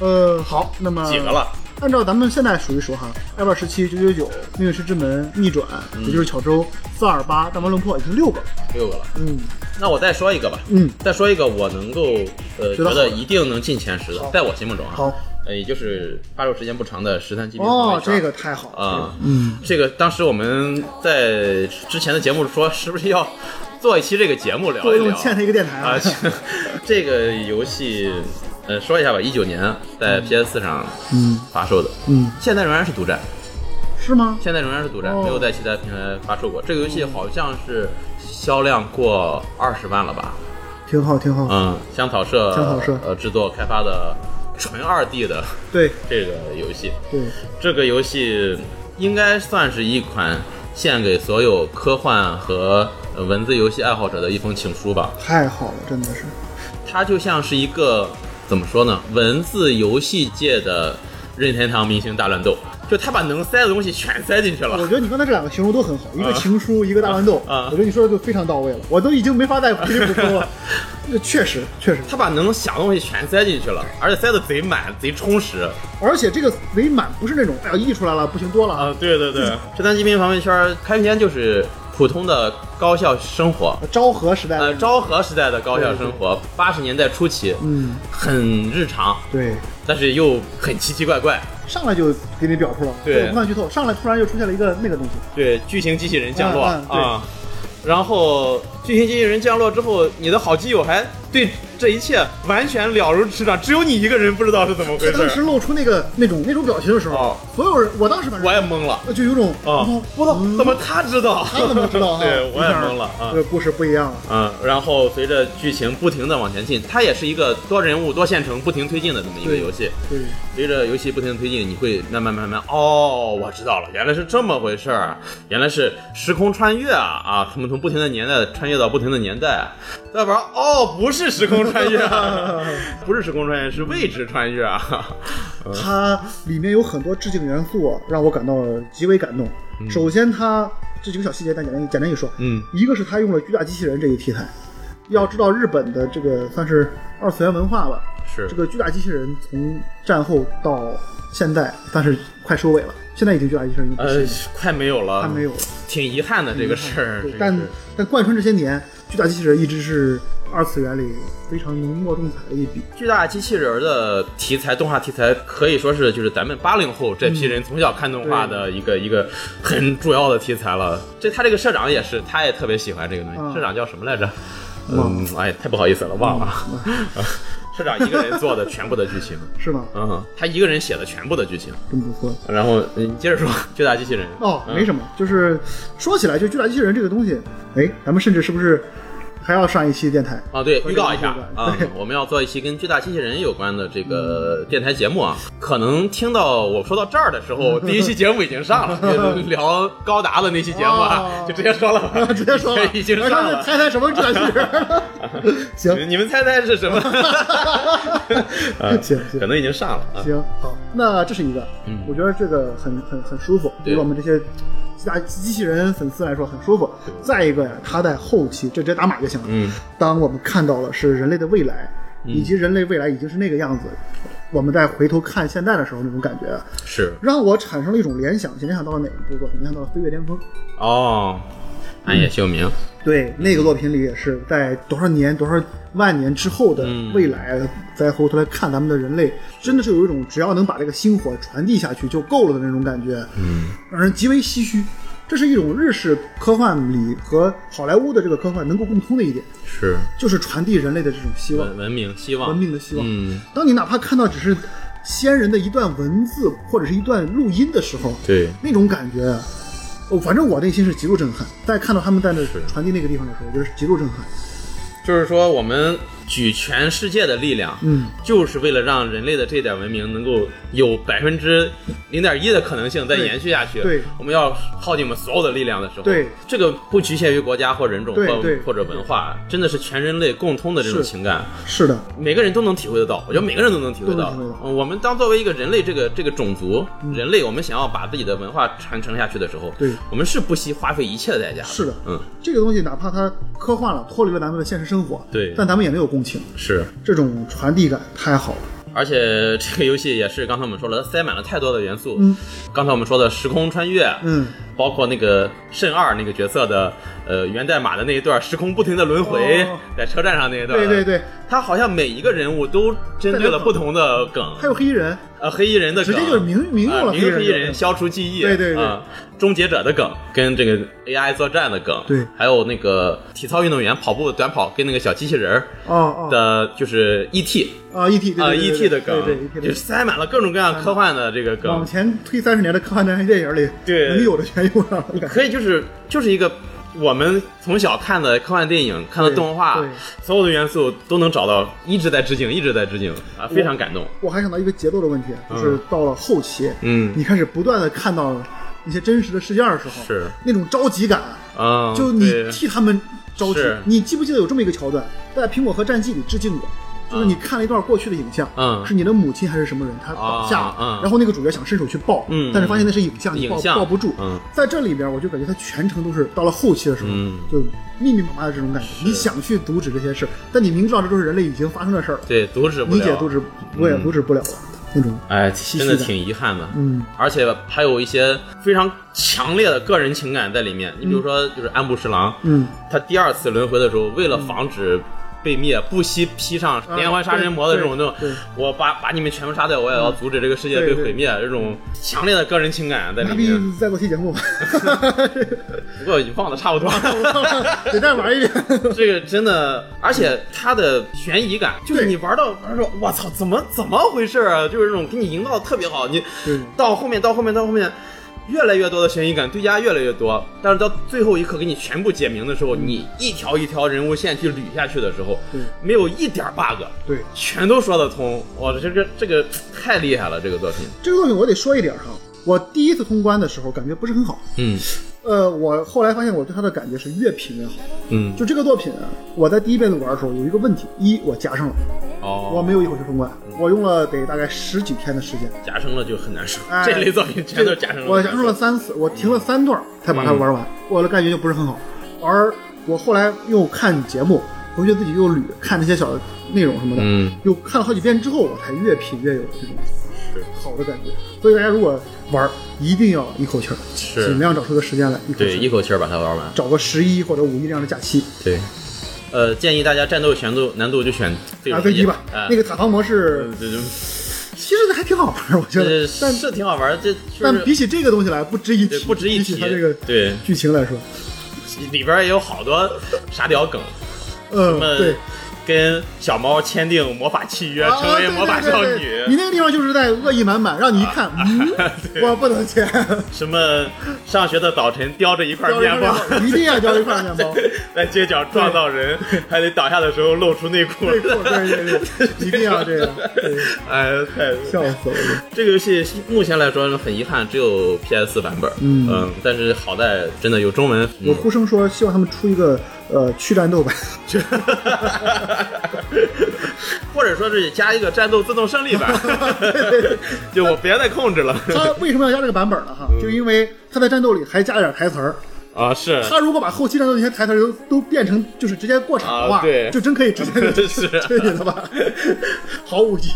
Speaker 1: 呃，好，那么
Speaker 2: <laughs> 几个嗯了？
Speaker 1: 按照咱们现在数一数哈，二百十七、九九九、命运石之门、逆转，
Speaker 2: 嗯
Speaker 1: 也就是巧周、四二八、弹丸论破，已经六个。
Speaker 2: 六个了。
Speaker 1: 嗯
Speaker 2: 那我再说一个吧，
Speaker 1: 嗯，
Speaker 2: 再说一个我能够呃
Speaker 1: 觉得
Speaker 2: 觉
Speaker 1: 好的
Speaker 2: 得一定能进前十的，在我心目中啊，
Speaker 1: 好，
Speaker 2: 呃，也就是发售时间不长的《十三级兵防卫
Speaker 1: 哦，
Speaker 2: 战
Speaker 1: 这个太好了。
Speaker 2: 啊，嗯，这个当时我们在之前的节目说，是不是要做一期这个节目聊
Speaker 1: 作
Speaker 2: 一
Speaker 1: 用
Speaker 2: 聊
Speaker 1: 欠他一个电台
Speaker 2: 啊？ <laughs> 这这个游戏，呃，说一下吧，一九年在 PS 上
Speaker 1: 嗯
Speaker 2: 发售的，
Speaker 1: 嗯，
Speaker 2: 现在仍然是独占，
Speaker 1: 是吗？
Speaker 2: 现在仍然是独占，
Speaker 1: 哦
Speaker 2: 没有在其他平台发售过。这个游戏好像是销量过二十万了吧？
Speaker 1: 挺好，挺好。
Speaker 2: 嗯，香草社
Speaker 1: 哦香草社
Speaker 2: 呃制作开发的纯二 D 的
Speaker 1: 对
Speaker 2: 这个游戏，
Speaker 1: 对，
Speaker 2: 这个游戏应该算是一款献给所有科幻和呃文字游戏爱好者的一封情书吧。
Speaker 1: 太好了，真的是。
Speaker 2: 它就像是一个怎么说呢，文字游戏界的任天堂明星大乱斗，就他把能塞的东西全塞进去
Speaker 1: <laughs> 我
Speaker 2: 了。
Speaker 1: 觉得你刚才这两个形容都很好，一个情书，一个大乱斗。
Speaker 2: 啊
Speaker 1: 我觉得你说的就非常到位了，我都已经没法再给你补
Speaker 2: <laughs>
Speaker 1: 充了。这确实，确实，
Speaker 2: 他把能想的东西全塞进去了，而且塞的贼满、贼充实。
Speaker 1: 而且这个伪满不是那种哎呀溢出来了不行多了，，啊
Speaker 2: 啊对对对，这单机兵防卫圈开篇就是普通的高校生活，
Speaker 1: 昭和时代的
Speaker 2: 呃，
Speaker 1: 那种，
Speaker 2: 昭和时代的高校生活，八十年代初期，
Speaker 1: 嗯，
Speaker 2: 很日常，
Speaker 1: 对，
Speaker 2: 但是又很奇奇怪怪。
Speaker 1: 上来就给你表述了，
Speaker 2: 对
Speaker 1: 我不敢剧透，上来突然就出现了一个那个东西，
Speaker 2: 对，巨型机器人降落
Speaker 1: 嗯嗯对
Speaker 2: 啊，然后巨型机器人降落之后，你的好基友还对这一切完全了如指掌，只有你一个人不知道是怎么
Speaker 1: 他
Speaker 2: 回
Speaker 1: 当时
Speaker 2: 事。
Speaker 1: 露出那个那种那种表情的时候
Speaker 2: 哦，
Speaker 1: 所有人，我当时反
Speaker 2: 我
Speaker 1: 正
Speaker 2: 也懵了
Speaker 1: 就有种
Speaker 2: 啊
Speaker 1: 嗯，
Speaker 2: 我操，怎么他知道？
Speaker 1: 他怎么知
Speaker 2: <laughs>
Speaker 1: 道啊？
Speaker 2: 对，我也
Speaker 1: 一下
Speaker 2: 懵了啊
Speaker 1: 这。个故事不一样了，
Speaker 2: 嗯，然后随着剧情不停的往前进，它也是一个多人物多线程不停推进的这么一个
Speaker 1: 对
Speaker 2: 游戏。
Speaker 1: 对，
Speaker 2: 随着游戏不停的推进，你会慢慢慢慢哦，我知道了，原来是这么回事儿，原来是时空穿越啊啊！他们从不停的年代穿越到不停的年代，再玩哦，不是时空穿越啊， <laughs> 不是时空穿越，是位置穿越啊！ <laughs>
Speaker 1: 它里面有很多致敬元素，让我感到极为感动。首先，它这几个小细节，但简单简单一说，
Speaker 2: 嗯，
Speaker 1: 一个是它用了巨大机器人这一题材，要知道日本的这个算是二次元文化吧，
Speaker 2: 是
Speaker 1: 这个巨大机器人从战后到现在，但是快收尾了，现在已经巨大机器人已经不
Speaker 2: 呃
Speaker 1: 行了，，
Speaker 2: 快没有了，
Speaker 1: 它没有了。嗯
Speaker 2: 挺遗憾的这个事儿
Speaker 1: 对，
Speaker 2: 这个
Speaker 1: 但
Speaker 2: 事儿
Speaker 1: 但贯穿这些年，巨大机器人一直是二次元里非常浓墨重彩的一笔。
Speaker 2: 巨大机器人儿的题材，动画题材可以说是就是咱们八零后这批人从小看动画的
Speaker 1: 嗯
Speaker 2: 一个、一个很主要的题材了。这他这个社长也是，他也特别喜欢这个东西。
Speaker 1: 嗯
Speaker 2: 社长叫什么来着？
Speaker 1: 忘
Speaker 2: 嗯，哎，太不好意思了，忘了。
Speaker 1: 嗯
Speaker 2: <laughs> 社长一个人做的全部的剧情，
Speaker 1: 是吗？
Speaker 2: 嗯，他一个人写的全部的剧情。
Speaker 1: 真不错。
Speaker 2: 然后嗯你接着说巨大机器人。
Speaker 1: 哦，
Speaker 2: 嗯
Speaker 1: 没什么，就是说起来，就巨大机器人这个东西，哎，咱们甚至是不是还要上一期电台， <laughs>
Speaker 2: 啊，对，预告一下
Speaker 1: 对 <laughs>
Speaker 2: 啊、我们要做一期跟《巨大机器人》有关的这
Speaker 1: 嗯
Speaker 2: 个电台节目啊。可能听到我说到这儿的时
Speaker 1: 嗯
Speaker 2: 候，第一期节目已经上
Speaker 1: <laughs>
Speaker 2: 了，就是聊高达的那期节目啊
Speaker 1: 哦，
Speaker 2: 就直接说了吧，
Speaker 1: <laughs> 直接说
Speaker 2: <laughs> 已经上
Speaker 1: 了，
Speaker 2: 了。
Speaker 1: 猜猜什么转
Speaker 2: <laughs>
Speaker 1: 世？行
Speaker 2: 你们猜猜是
Speaker 1: <laughs>
Speaker 2: 什么？啊
Speaker 1: 行行
Speaker 2: 可能已经上了啊。
Speaker 1: 行，好，那这是一个，
Speaker 2: 嗯
Speaker 1: 我觉得这个很很很舒服，
Speaker 2: 对
Speaker 1: 对于我们这些机大机器人粉丝来说很舒服。再一个呀，它在后期这直接打码就行了。
Speaker 2: 嗯，
Speaker 1: 当我们看到了是人类的未来，以及人类未来已经是那个样子，我们再回头看现在的时候那种感觉啊，
Speaker 2: 是
Speaker 1: 让我产生了一种联想，联想到了哪一部作品？联想到了《飞跃巅峰》。
Speaker 2: 哦，暗夜秀明。
Speaker 1: 对，那个作品里也是在多少年、多少万年之后的
Speaker 2: 嗯
Speaker 1: 未来，再回头来看咱们的人类，真的是有一种只要能把这个星火传递下去就够了的那种感觉，
Speaker 2: 嗯，
Speaker 1: 让人极为唏嘘。这是一种日式科幻里和好莱坞的这个科幻能够共通的一点，
Speaker 2: 是
Speaker 1: 就是传递人类的这种希望、
Speaker 2: 文文明希望，
Speaker 1: 文明的希望。
Speaker 2: 嗯，
Speaker 1: 当你哪怕看到只是先人的一段文字或者是一段录音的时候，
Speaker 2: 对，
Speaker 1: 那种感觉，哦，反正我内心是极度震撼。在看到他们在那
Speaker 2: 是
Speaker 1: 传递那个地方的时候，我觉得是极度震撼。
Speaker 2: 就是说我们举全世界的力量，
Speaker 1: 嗯，
Speaker 2: 就是为了让人类的这点文明能够有百分之零点一的可能性再
Speaker 1: 对
Speaker 2: 延续下去。
Speaker 1: 对
Speaker 2: 我们要耗尽我们所有的力量的时候，
Speaker 1: 对，
Speaker 2: 这个不局限于国家或人种
Speaker 1: 对
Speaker 2: 或
Speaker 1: 对
Speaker 2: 或者文化，真的是全人类共通的这种
Speaker 1: 是
Speaker 2: 情感，
Speaker 1: 是的，
Speaker 2: 每个人都能体会得到。我觉得每个人都能体会到
Speaker 1: 都能体会到。嗯
Speaker 2: 嗯我们当作为一个人类这个这个种族，人类我们想要把自己的文化传承下去的时候，
Speaker 1: 对
Speaker 2: 我们是不惜花费一切的代价。
Speaker 1: 是的
Speaker 2: 嗯，
Speaker 1: 这个东西哪怕它科幻了，脱离了咱们的现实生活，
Speaker 2: 对
Speaker 1: 但咱们也能有共情，
Speaker 2: 是。
Speaker 1: 这种传递感太好了。
Speaker 2: 而且这个游戏也是刚才我们说了，它塞满了太多的元素。
Speaker 1: 嗯，
Speaker 2: 刚才我们说的时空穿越，
Speaker 1: 嗯，
Speaker 2: 包括那个慎二那个角色的呃源代码的那一段时空不停的轮回，
Speaker 1: 哦
Speaker 2: 在车站上那一段。
Speaker 1: 对对。对，
Speaker 2: 他好像每一个人物都针对了不同的梗，
Speaker 1: 还有黑衣人，
Speaker 2: 呃，黑衣人的
Speaker 1: 直
Speaker 2: 梗，
Speaker 1: 接就是明明用
Speaker 2: 啊
Speaker 1: 了
Speaker 2: 明日
Speaker 1: 黑
Speaker 2: 黑
Speaker 1: 衣
Speaker 2: 衣人
Speaker 1: 人。
Speaker 2: 消除记忆，
Speaker 1: 对对对
Speaker 2: 啊终结者的梗跟这个 AI 作战的梗，
Speaker 1: 对
Speaker 2: 还有那个体操运动员跑步短跑跟那个小机器人儿
Speaker 1: 哦哦
Speaker 2: 的，就是 E ET，
Speaker 1: 啊！E.T.
Speaker 2: 啊
Speaker 1: 对对对
Speaker 2: ，E.T.
Speaker 1: 对
Speaker 2: 的梗
Speaker 1: 对，
Speaker 2: 就是
Speaker 1: E.T. 的
Speaker 2: 塞满了各种各样科幻的这个
Speaker 1: 梗，往
Speaker 2: 梗，
Speaker 1: 前推三十年的科幻电影里，
Speaker 2: 对
Speaker 1: 能有的全用上了。
Speaker 2: 可以就是就是一个我们从小看的科幻电影、看的
Speaker 1: 对
Speaker 2: 动画
Speaker 1: 对，
Speaker 2: 所有的元素都能找到，一直在致敬，一直在致敬啊，非常感动。
Speaker 1: 我还想到一个节奏的问题，就是到了后期，
Speaker 2: 嗯
Speaker 1: 你开始不断的看到一些真实的事件的时候，
Speaker 2: 是
Speaker 1: 那种着急感，
Speaker 2: 啊，
Speaker 1: 就你
Speaker 2: 对
Speaker 1: 替他们着急
Speaker 2: 是。
Speaker 1: 你记不记得有这么一个桥段，在《苹果核战记》里致敬过？就是你看了一段过去的影像，
Speaker 2: 嗯
Speaker 1: 是你的母亲还是什么人，她
Speaker 2: 啊
Speaker 1: 倒下了，
Speaker 2: 嗯
Speaker 1: 然后那个主角想伸手去抱，
Speaker 2: 嗯
Speaker 1: 但是发现那是影像，你
Speaker 2: 影
Speaker 1: 抱
Speaker 2: 像
Speaker 1: 抱不住。
Speaker 2: 嗯
Speaker 1: 在这里边，我就感觉他全程都是到了后期的时候，
Speaker 2: 嗯
Speaker 1: 就密密麻麻的这种感觉。你想去阻止这些事儿，但你明知道这都是人类已经发生的事儿了，
Speaker 2: 对阻止不
Speaker 1: 你也
Speaker 2: 了，嗯
Speaker 1: 阻止，我也阻止不了了、那种。
Speaker 2: 哎，真的
Speaker 1: 唏嘘感
Speaker 2: 挺遗憾的。
Speaker 1: 嗯，
Speaker 2: 而且还有一些非常强烈的个人情感在里面，你比如说就是安部十郎，
Speaker 1: 嗯，
Speaker 2: 他第二次轮回的时候，为了防止被灭，不惜披上连环杀人魔的这种
Speaker 1: 对
Speaker 2: 那种
Speaker 1: 嗯对对，
Speaker 2: 我把把你们全部杀掉，我也要阻止这个世界被
Speaker 1: 对对
Speaker 2: 毁灭，这种强烈的个人情感在
Speaker 1: 麻
Speaker 2: 里面。
Speaker 1: 痹再做期节目吧，
Speaker 2: 不过已经忘得差不多了，
Speaker 1: <laughs> 得再玩一遍。 <laughs>
Speaker 2: 这个真的，而且它的悬疑感，就是
Speaker 1: 对
Speaker 2: 你玩到玩到，我操，怎么怎么回事啊？就是这种给你营造的特别好，你
Speaker 1: 对
Speaker 2: 到后面到后面到后面。越来越多的悬疑感堆加越来越多，但是到最后一刻给你全部解明的时候，你一条一条人物线去捋下去的时候，
Speaker 1: 对
Speaker 2: 没有一点 bug，
Speaker 1: 对，
Speaker 2: 全都说得通。哇，这个这个太厉害了，这个作品。
Speaker 1: 这个作品我得说一点哈，我第一次通关的时候感觉不是很好，
Speaker 2: 嗯
Speaker 1: 呃，我后来发现我对它的感觉是越品越好。
Speaker 2: 嗯，
Speaker 1: 就这个作品啊，我在第一遍玩的时候有一个问题，一我夹上了，我
Speaker 2: 哦，
Speaker 1: 没有一口气通关，我用了得大概十几天的时间，
Speaker 2: 加成了就很难受，
Speaker 1: 哎
Speaker 2: 这类作品全都加成了。
Speaker 1: 我夹上了三次，我停了三段才把它玩
Speaker 2: 嗯
Speaker 1: 完，我的感觉就不是很好。而我后来又看节目，回去自己又捋看那些小的内容什么的，
Speaker 2: 嗯，
Speaker 1: 又看了好几遍之后，我才越品越有这种
Speaker 2: 是
Speaker 1: 好的感觉。所以大家如果玩，一定要一口气儿，
Speaker 2: 是
Speaker 1: 尽量找出个时间来，一口
Speaker 2: 对，
Speaker 1: 气
Speaker 2: 一
Speaker 1: 儿，
Speaker 2: 口气儿把它玩完。
Speaker 1: 找个十一或者五一这样的假期，
Speaker 2: 对，呃，建议大家战斗选度难度就选最
Speaker 1: 拿
Speaker 2: 容
Speaker 1: 飞
Speaker 2: 易
Speaker 1: 机
Speaker 2: 的
Speaker 1: 吧。
Speaker 2: 哎
Speaker 1: 那个塔防模式
Speaker 2: 对对，
Speaker 1: 其实还挺好玩儿，我觉
Speaker 2: 这
Speaker 1: 得，但
Speaker 2: 是挺好玩儿，这就
Speaker 1: 但
Speaker 2: 呃是
Speaker 1: 比起这个东西来，不值一
Speaker 2: 对
Speaker 1: 提，
Speaker 2: 不值一
Speaker 1: 比起
Speaker 2: 提。
Speaker 1: 它这个
Speaker 2: 对，
Speaker 1: 剧情来说，
Speaker 2: 里边儿也有好多沙雕梗，
Speaker 1: 嗯，
Speaker 2: 么
Speaker 1: 对，哦
Speaker 3: 跟小猫签订魔法契约，成为魔法少
Speaker 1: 对对对对你
Speaker 3: 女，
Speaker 1: 那个地方就是在恶意满满，让你一
Speaker 3: <laughs>
Speaker 1: 看，嗯，我不能签，
Speaker 3: 什么上学的早晨叼着一块
Speaker 1: 叼着一
Speaker 3: 面
Speaker 1: 块
Speaker 3: 包，
Speaker 2: <laughs>
Speaker 1: 面包一定要叼一块面
Speaker 3: <laughs>
Speaker 1: 包，
Speaker 3: 在街角撞到人，还得倒下的时候露出内裤，
Speaker 1: 内裤，对对对，一定要这
Speaker 2: <laughs>
Speaker 1: 样，对
Speaker 3: 哎，太
Speaker 1: 笑死我了。
Speaker 2: 这个游戏目前来说很遗憾，只有 PS 版本。
Speaker 1: 嗯
Speaker 2: 但是好在真的有中文。
Speaker 1: 我呼声说希望他们出一个呃去
Speaker 3: <laughs>
Speaker 1: 战斗版，
Speaker 2: <laughs>
Speaker 3: 或者说是加一个战斗自动胜利
Speaker 1: <laughs>
Speaker 3: 版，就我别再控制了
Speaker 1: 他为什么要加这个版本呢？
Speaker 3: 嗯
Speaker 1: 哈，就因为他在战斗里还加了点台词儿。
Speaker 3: 啊！是
Speaker 1: 他如果把后期战斗那些台词儿都都变成就是直接过场的话，
Speaker 3: 啊对
Speaker 1: 就真可以直接
Speaker 3: <laughs> 是
Speaker 1: 推理了吧，毫无意义。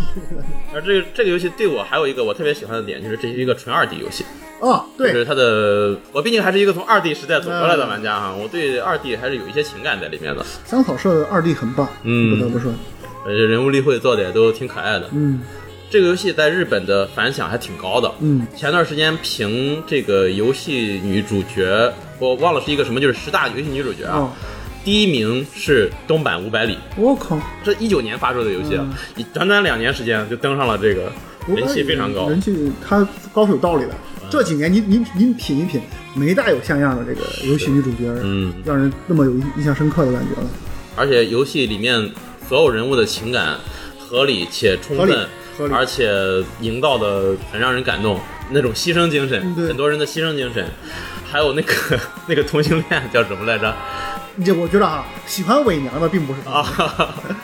Speaker 2: 而这个这个游戏对我还有一个我特别喜欢的点，就是这是一个纯二 D 游戏，
Speaker 1: 啊，
Speaker 2: 就
Speaker 1: 对
Speaker 2: 是它的我毕竟还是一个从二 D 时代走过来的玩家
Speaker 1: 嗯
Speaker 2: 哈，我对二 D 还是有一些情感在里面的。
Speaker 1: 香草社的二 D 很棒，
Speaker 2: 嗯
Speaker 1: 不得不说，
Speaker 2: 而且人物立绘做的也都挺可爱的。
Speaker 1: 嗯
Speaker 2: 这个游戏在日本的反响还挺高的。
Speaker 1: 嗯，
Speaker 2: 前段时间评这个游戏女主角，我忘了是一个什么，就是十大游戏女主角啊，
Speaker 1: 哦，
Speaker 2: 第一名是东版五百里，
Speaker 1: 我靠，
Speaker 2: 这一九年发售的游戏啊，
Speaker 1: 嗯
Speaker 2: 以短短两年时间就登上了这个人气非常高。嗯
Speaker 1: 人气它高是有道理的。这几年您您您品一品，没大有像样的这个游戏女主角，
Speaker 2: 嗯，
Speaker 1: 让人那么有印象深刻的感觉了。
Speaker 2: 而且游戏里面所有人物的情感合理且充
Speaker 1: 合理
Speaker 2: 分
Speaker 1: 合理，
Speaker 2: 而且营造的很让人感动，那种牺牲精神
Speaker 1: 嗯，对
Speaker 2: 很多人的牺牲精神，还有那个 <laughs> 那个同性恋叫什么来着？
Speaker 1: 这我觉得啊，喜欢伪娘的并不是他
Speaker 2: 啊，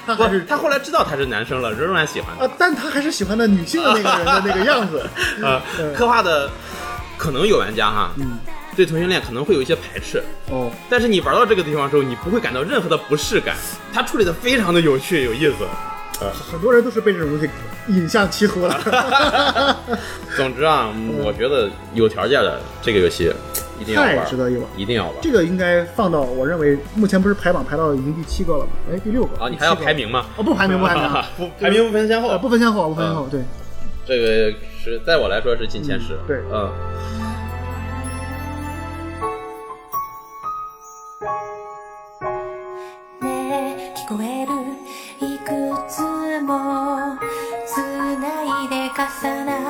Speaker 1: 他
Speaker 2: <laughs> 不
Speaker 1: 还是，
Speaker 2: 他后来知道他是男生了，仍然喜欢他
Speaker 1: 啊，但他还是喜欢的女性的那个人的那个样
Speaker 2: <laughs>
Speaker 1: 子。
Speaker 2: 啊
Speaker 1: 对。
Speaker 2: 刻画的可能有玩家哈，
Speaker 1: 嗯，
Speaker 2: 对同性恋可能会有一些排斥，
Speaker 1: 哦，
Speaker 2: 但是你玩到这个地方之后，你不会感到任何的不适感，它处理的非常的有趣有意思。
Speaker 1: 很多人都是被这种东西引向歧途
Speaker 2: <laughs>
Speaker 1: 了，
Speaker 2: 总之啊，我觉得有条件的这个游戏一定要
Speaker 1: 太
Speaker 2: 玩
Speaker 1: 值，得一玩。
Speaker 2: 一定要玩
Speaker 1: 这个应该放到我认为目前不是排榜排到已经第七个了吗？哎，第六个
Speaker 2: 啊！你还要
Speaker 1: 第七个
Speaker 2: 排名吗？
Speaker 1: 哦，不排名，不
Speaker 2: <laughs>
Speaker 1: 排名啊，
Speaker 3: 不排名不分先
Speaker 1: 呃
Speaker 3: 后，
Speaker 1: 不分先后，不分
Speaker 2: 嗯
Speaker 1: 先后，对。
Speaker 2: 这个是在我来说是进前十。
Speaker 1: 对
Speaker 2: 嗯。
Speaker 4: ねえ聞こえるいくつも繋いで重な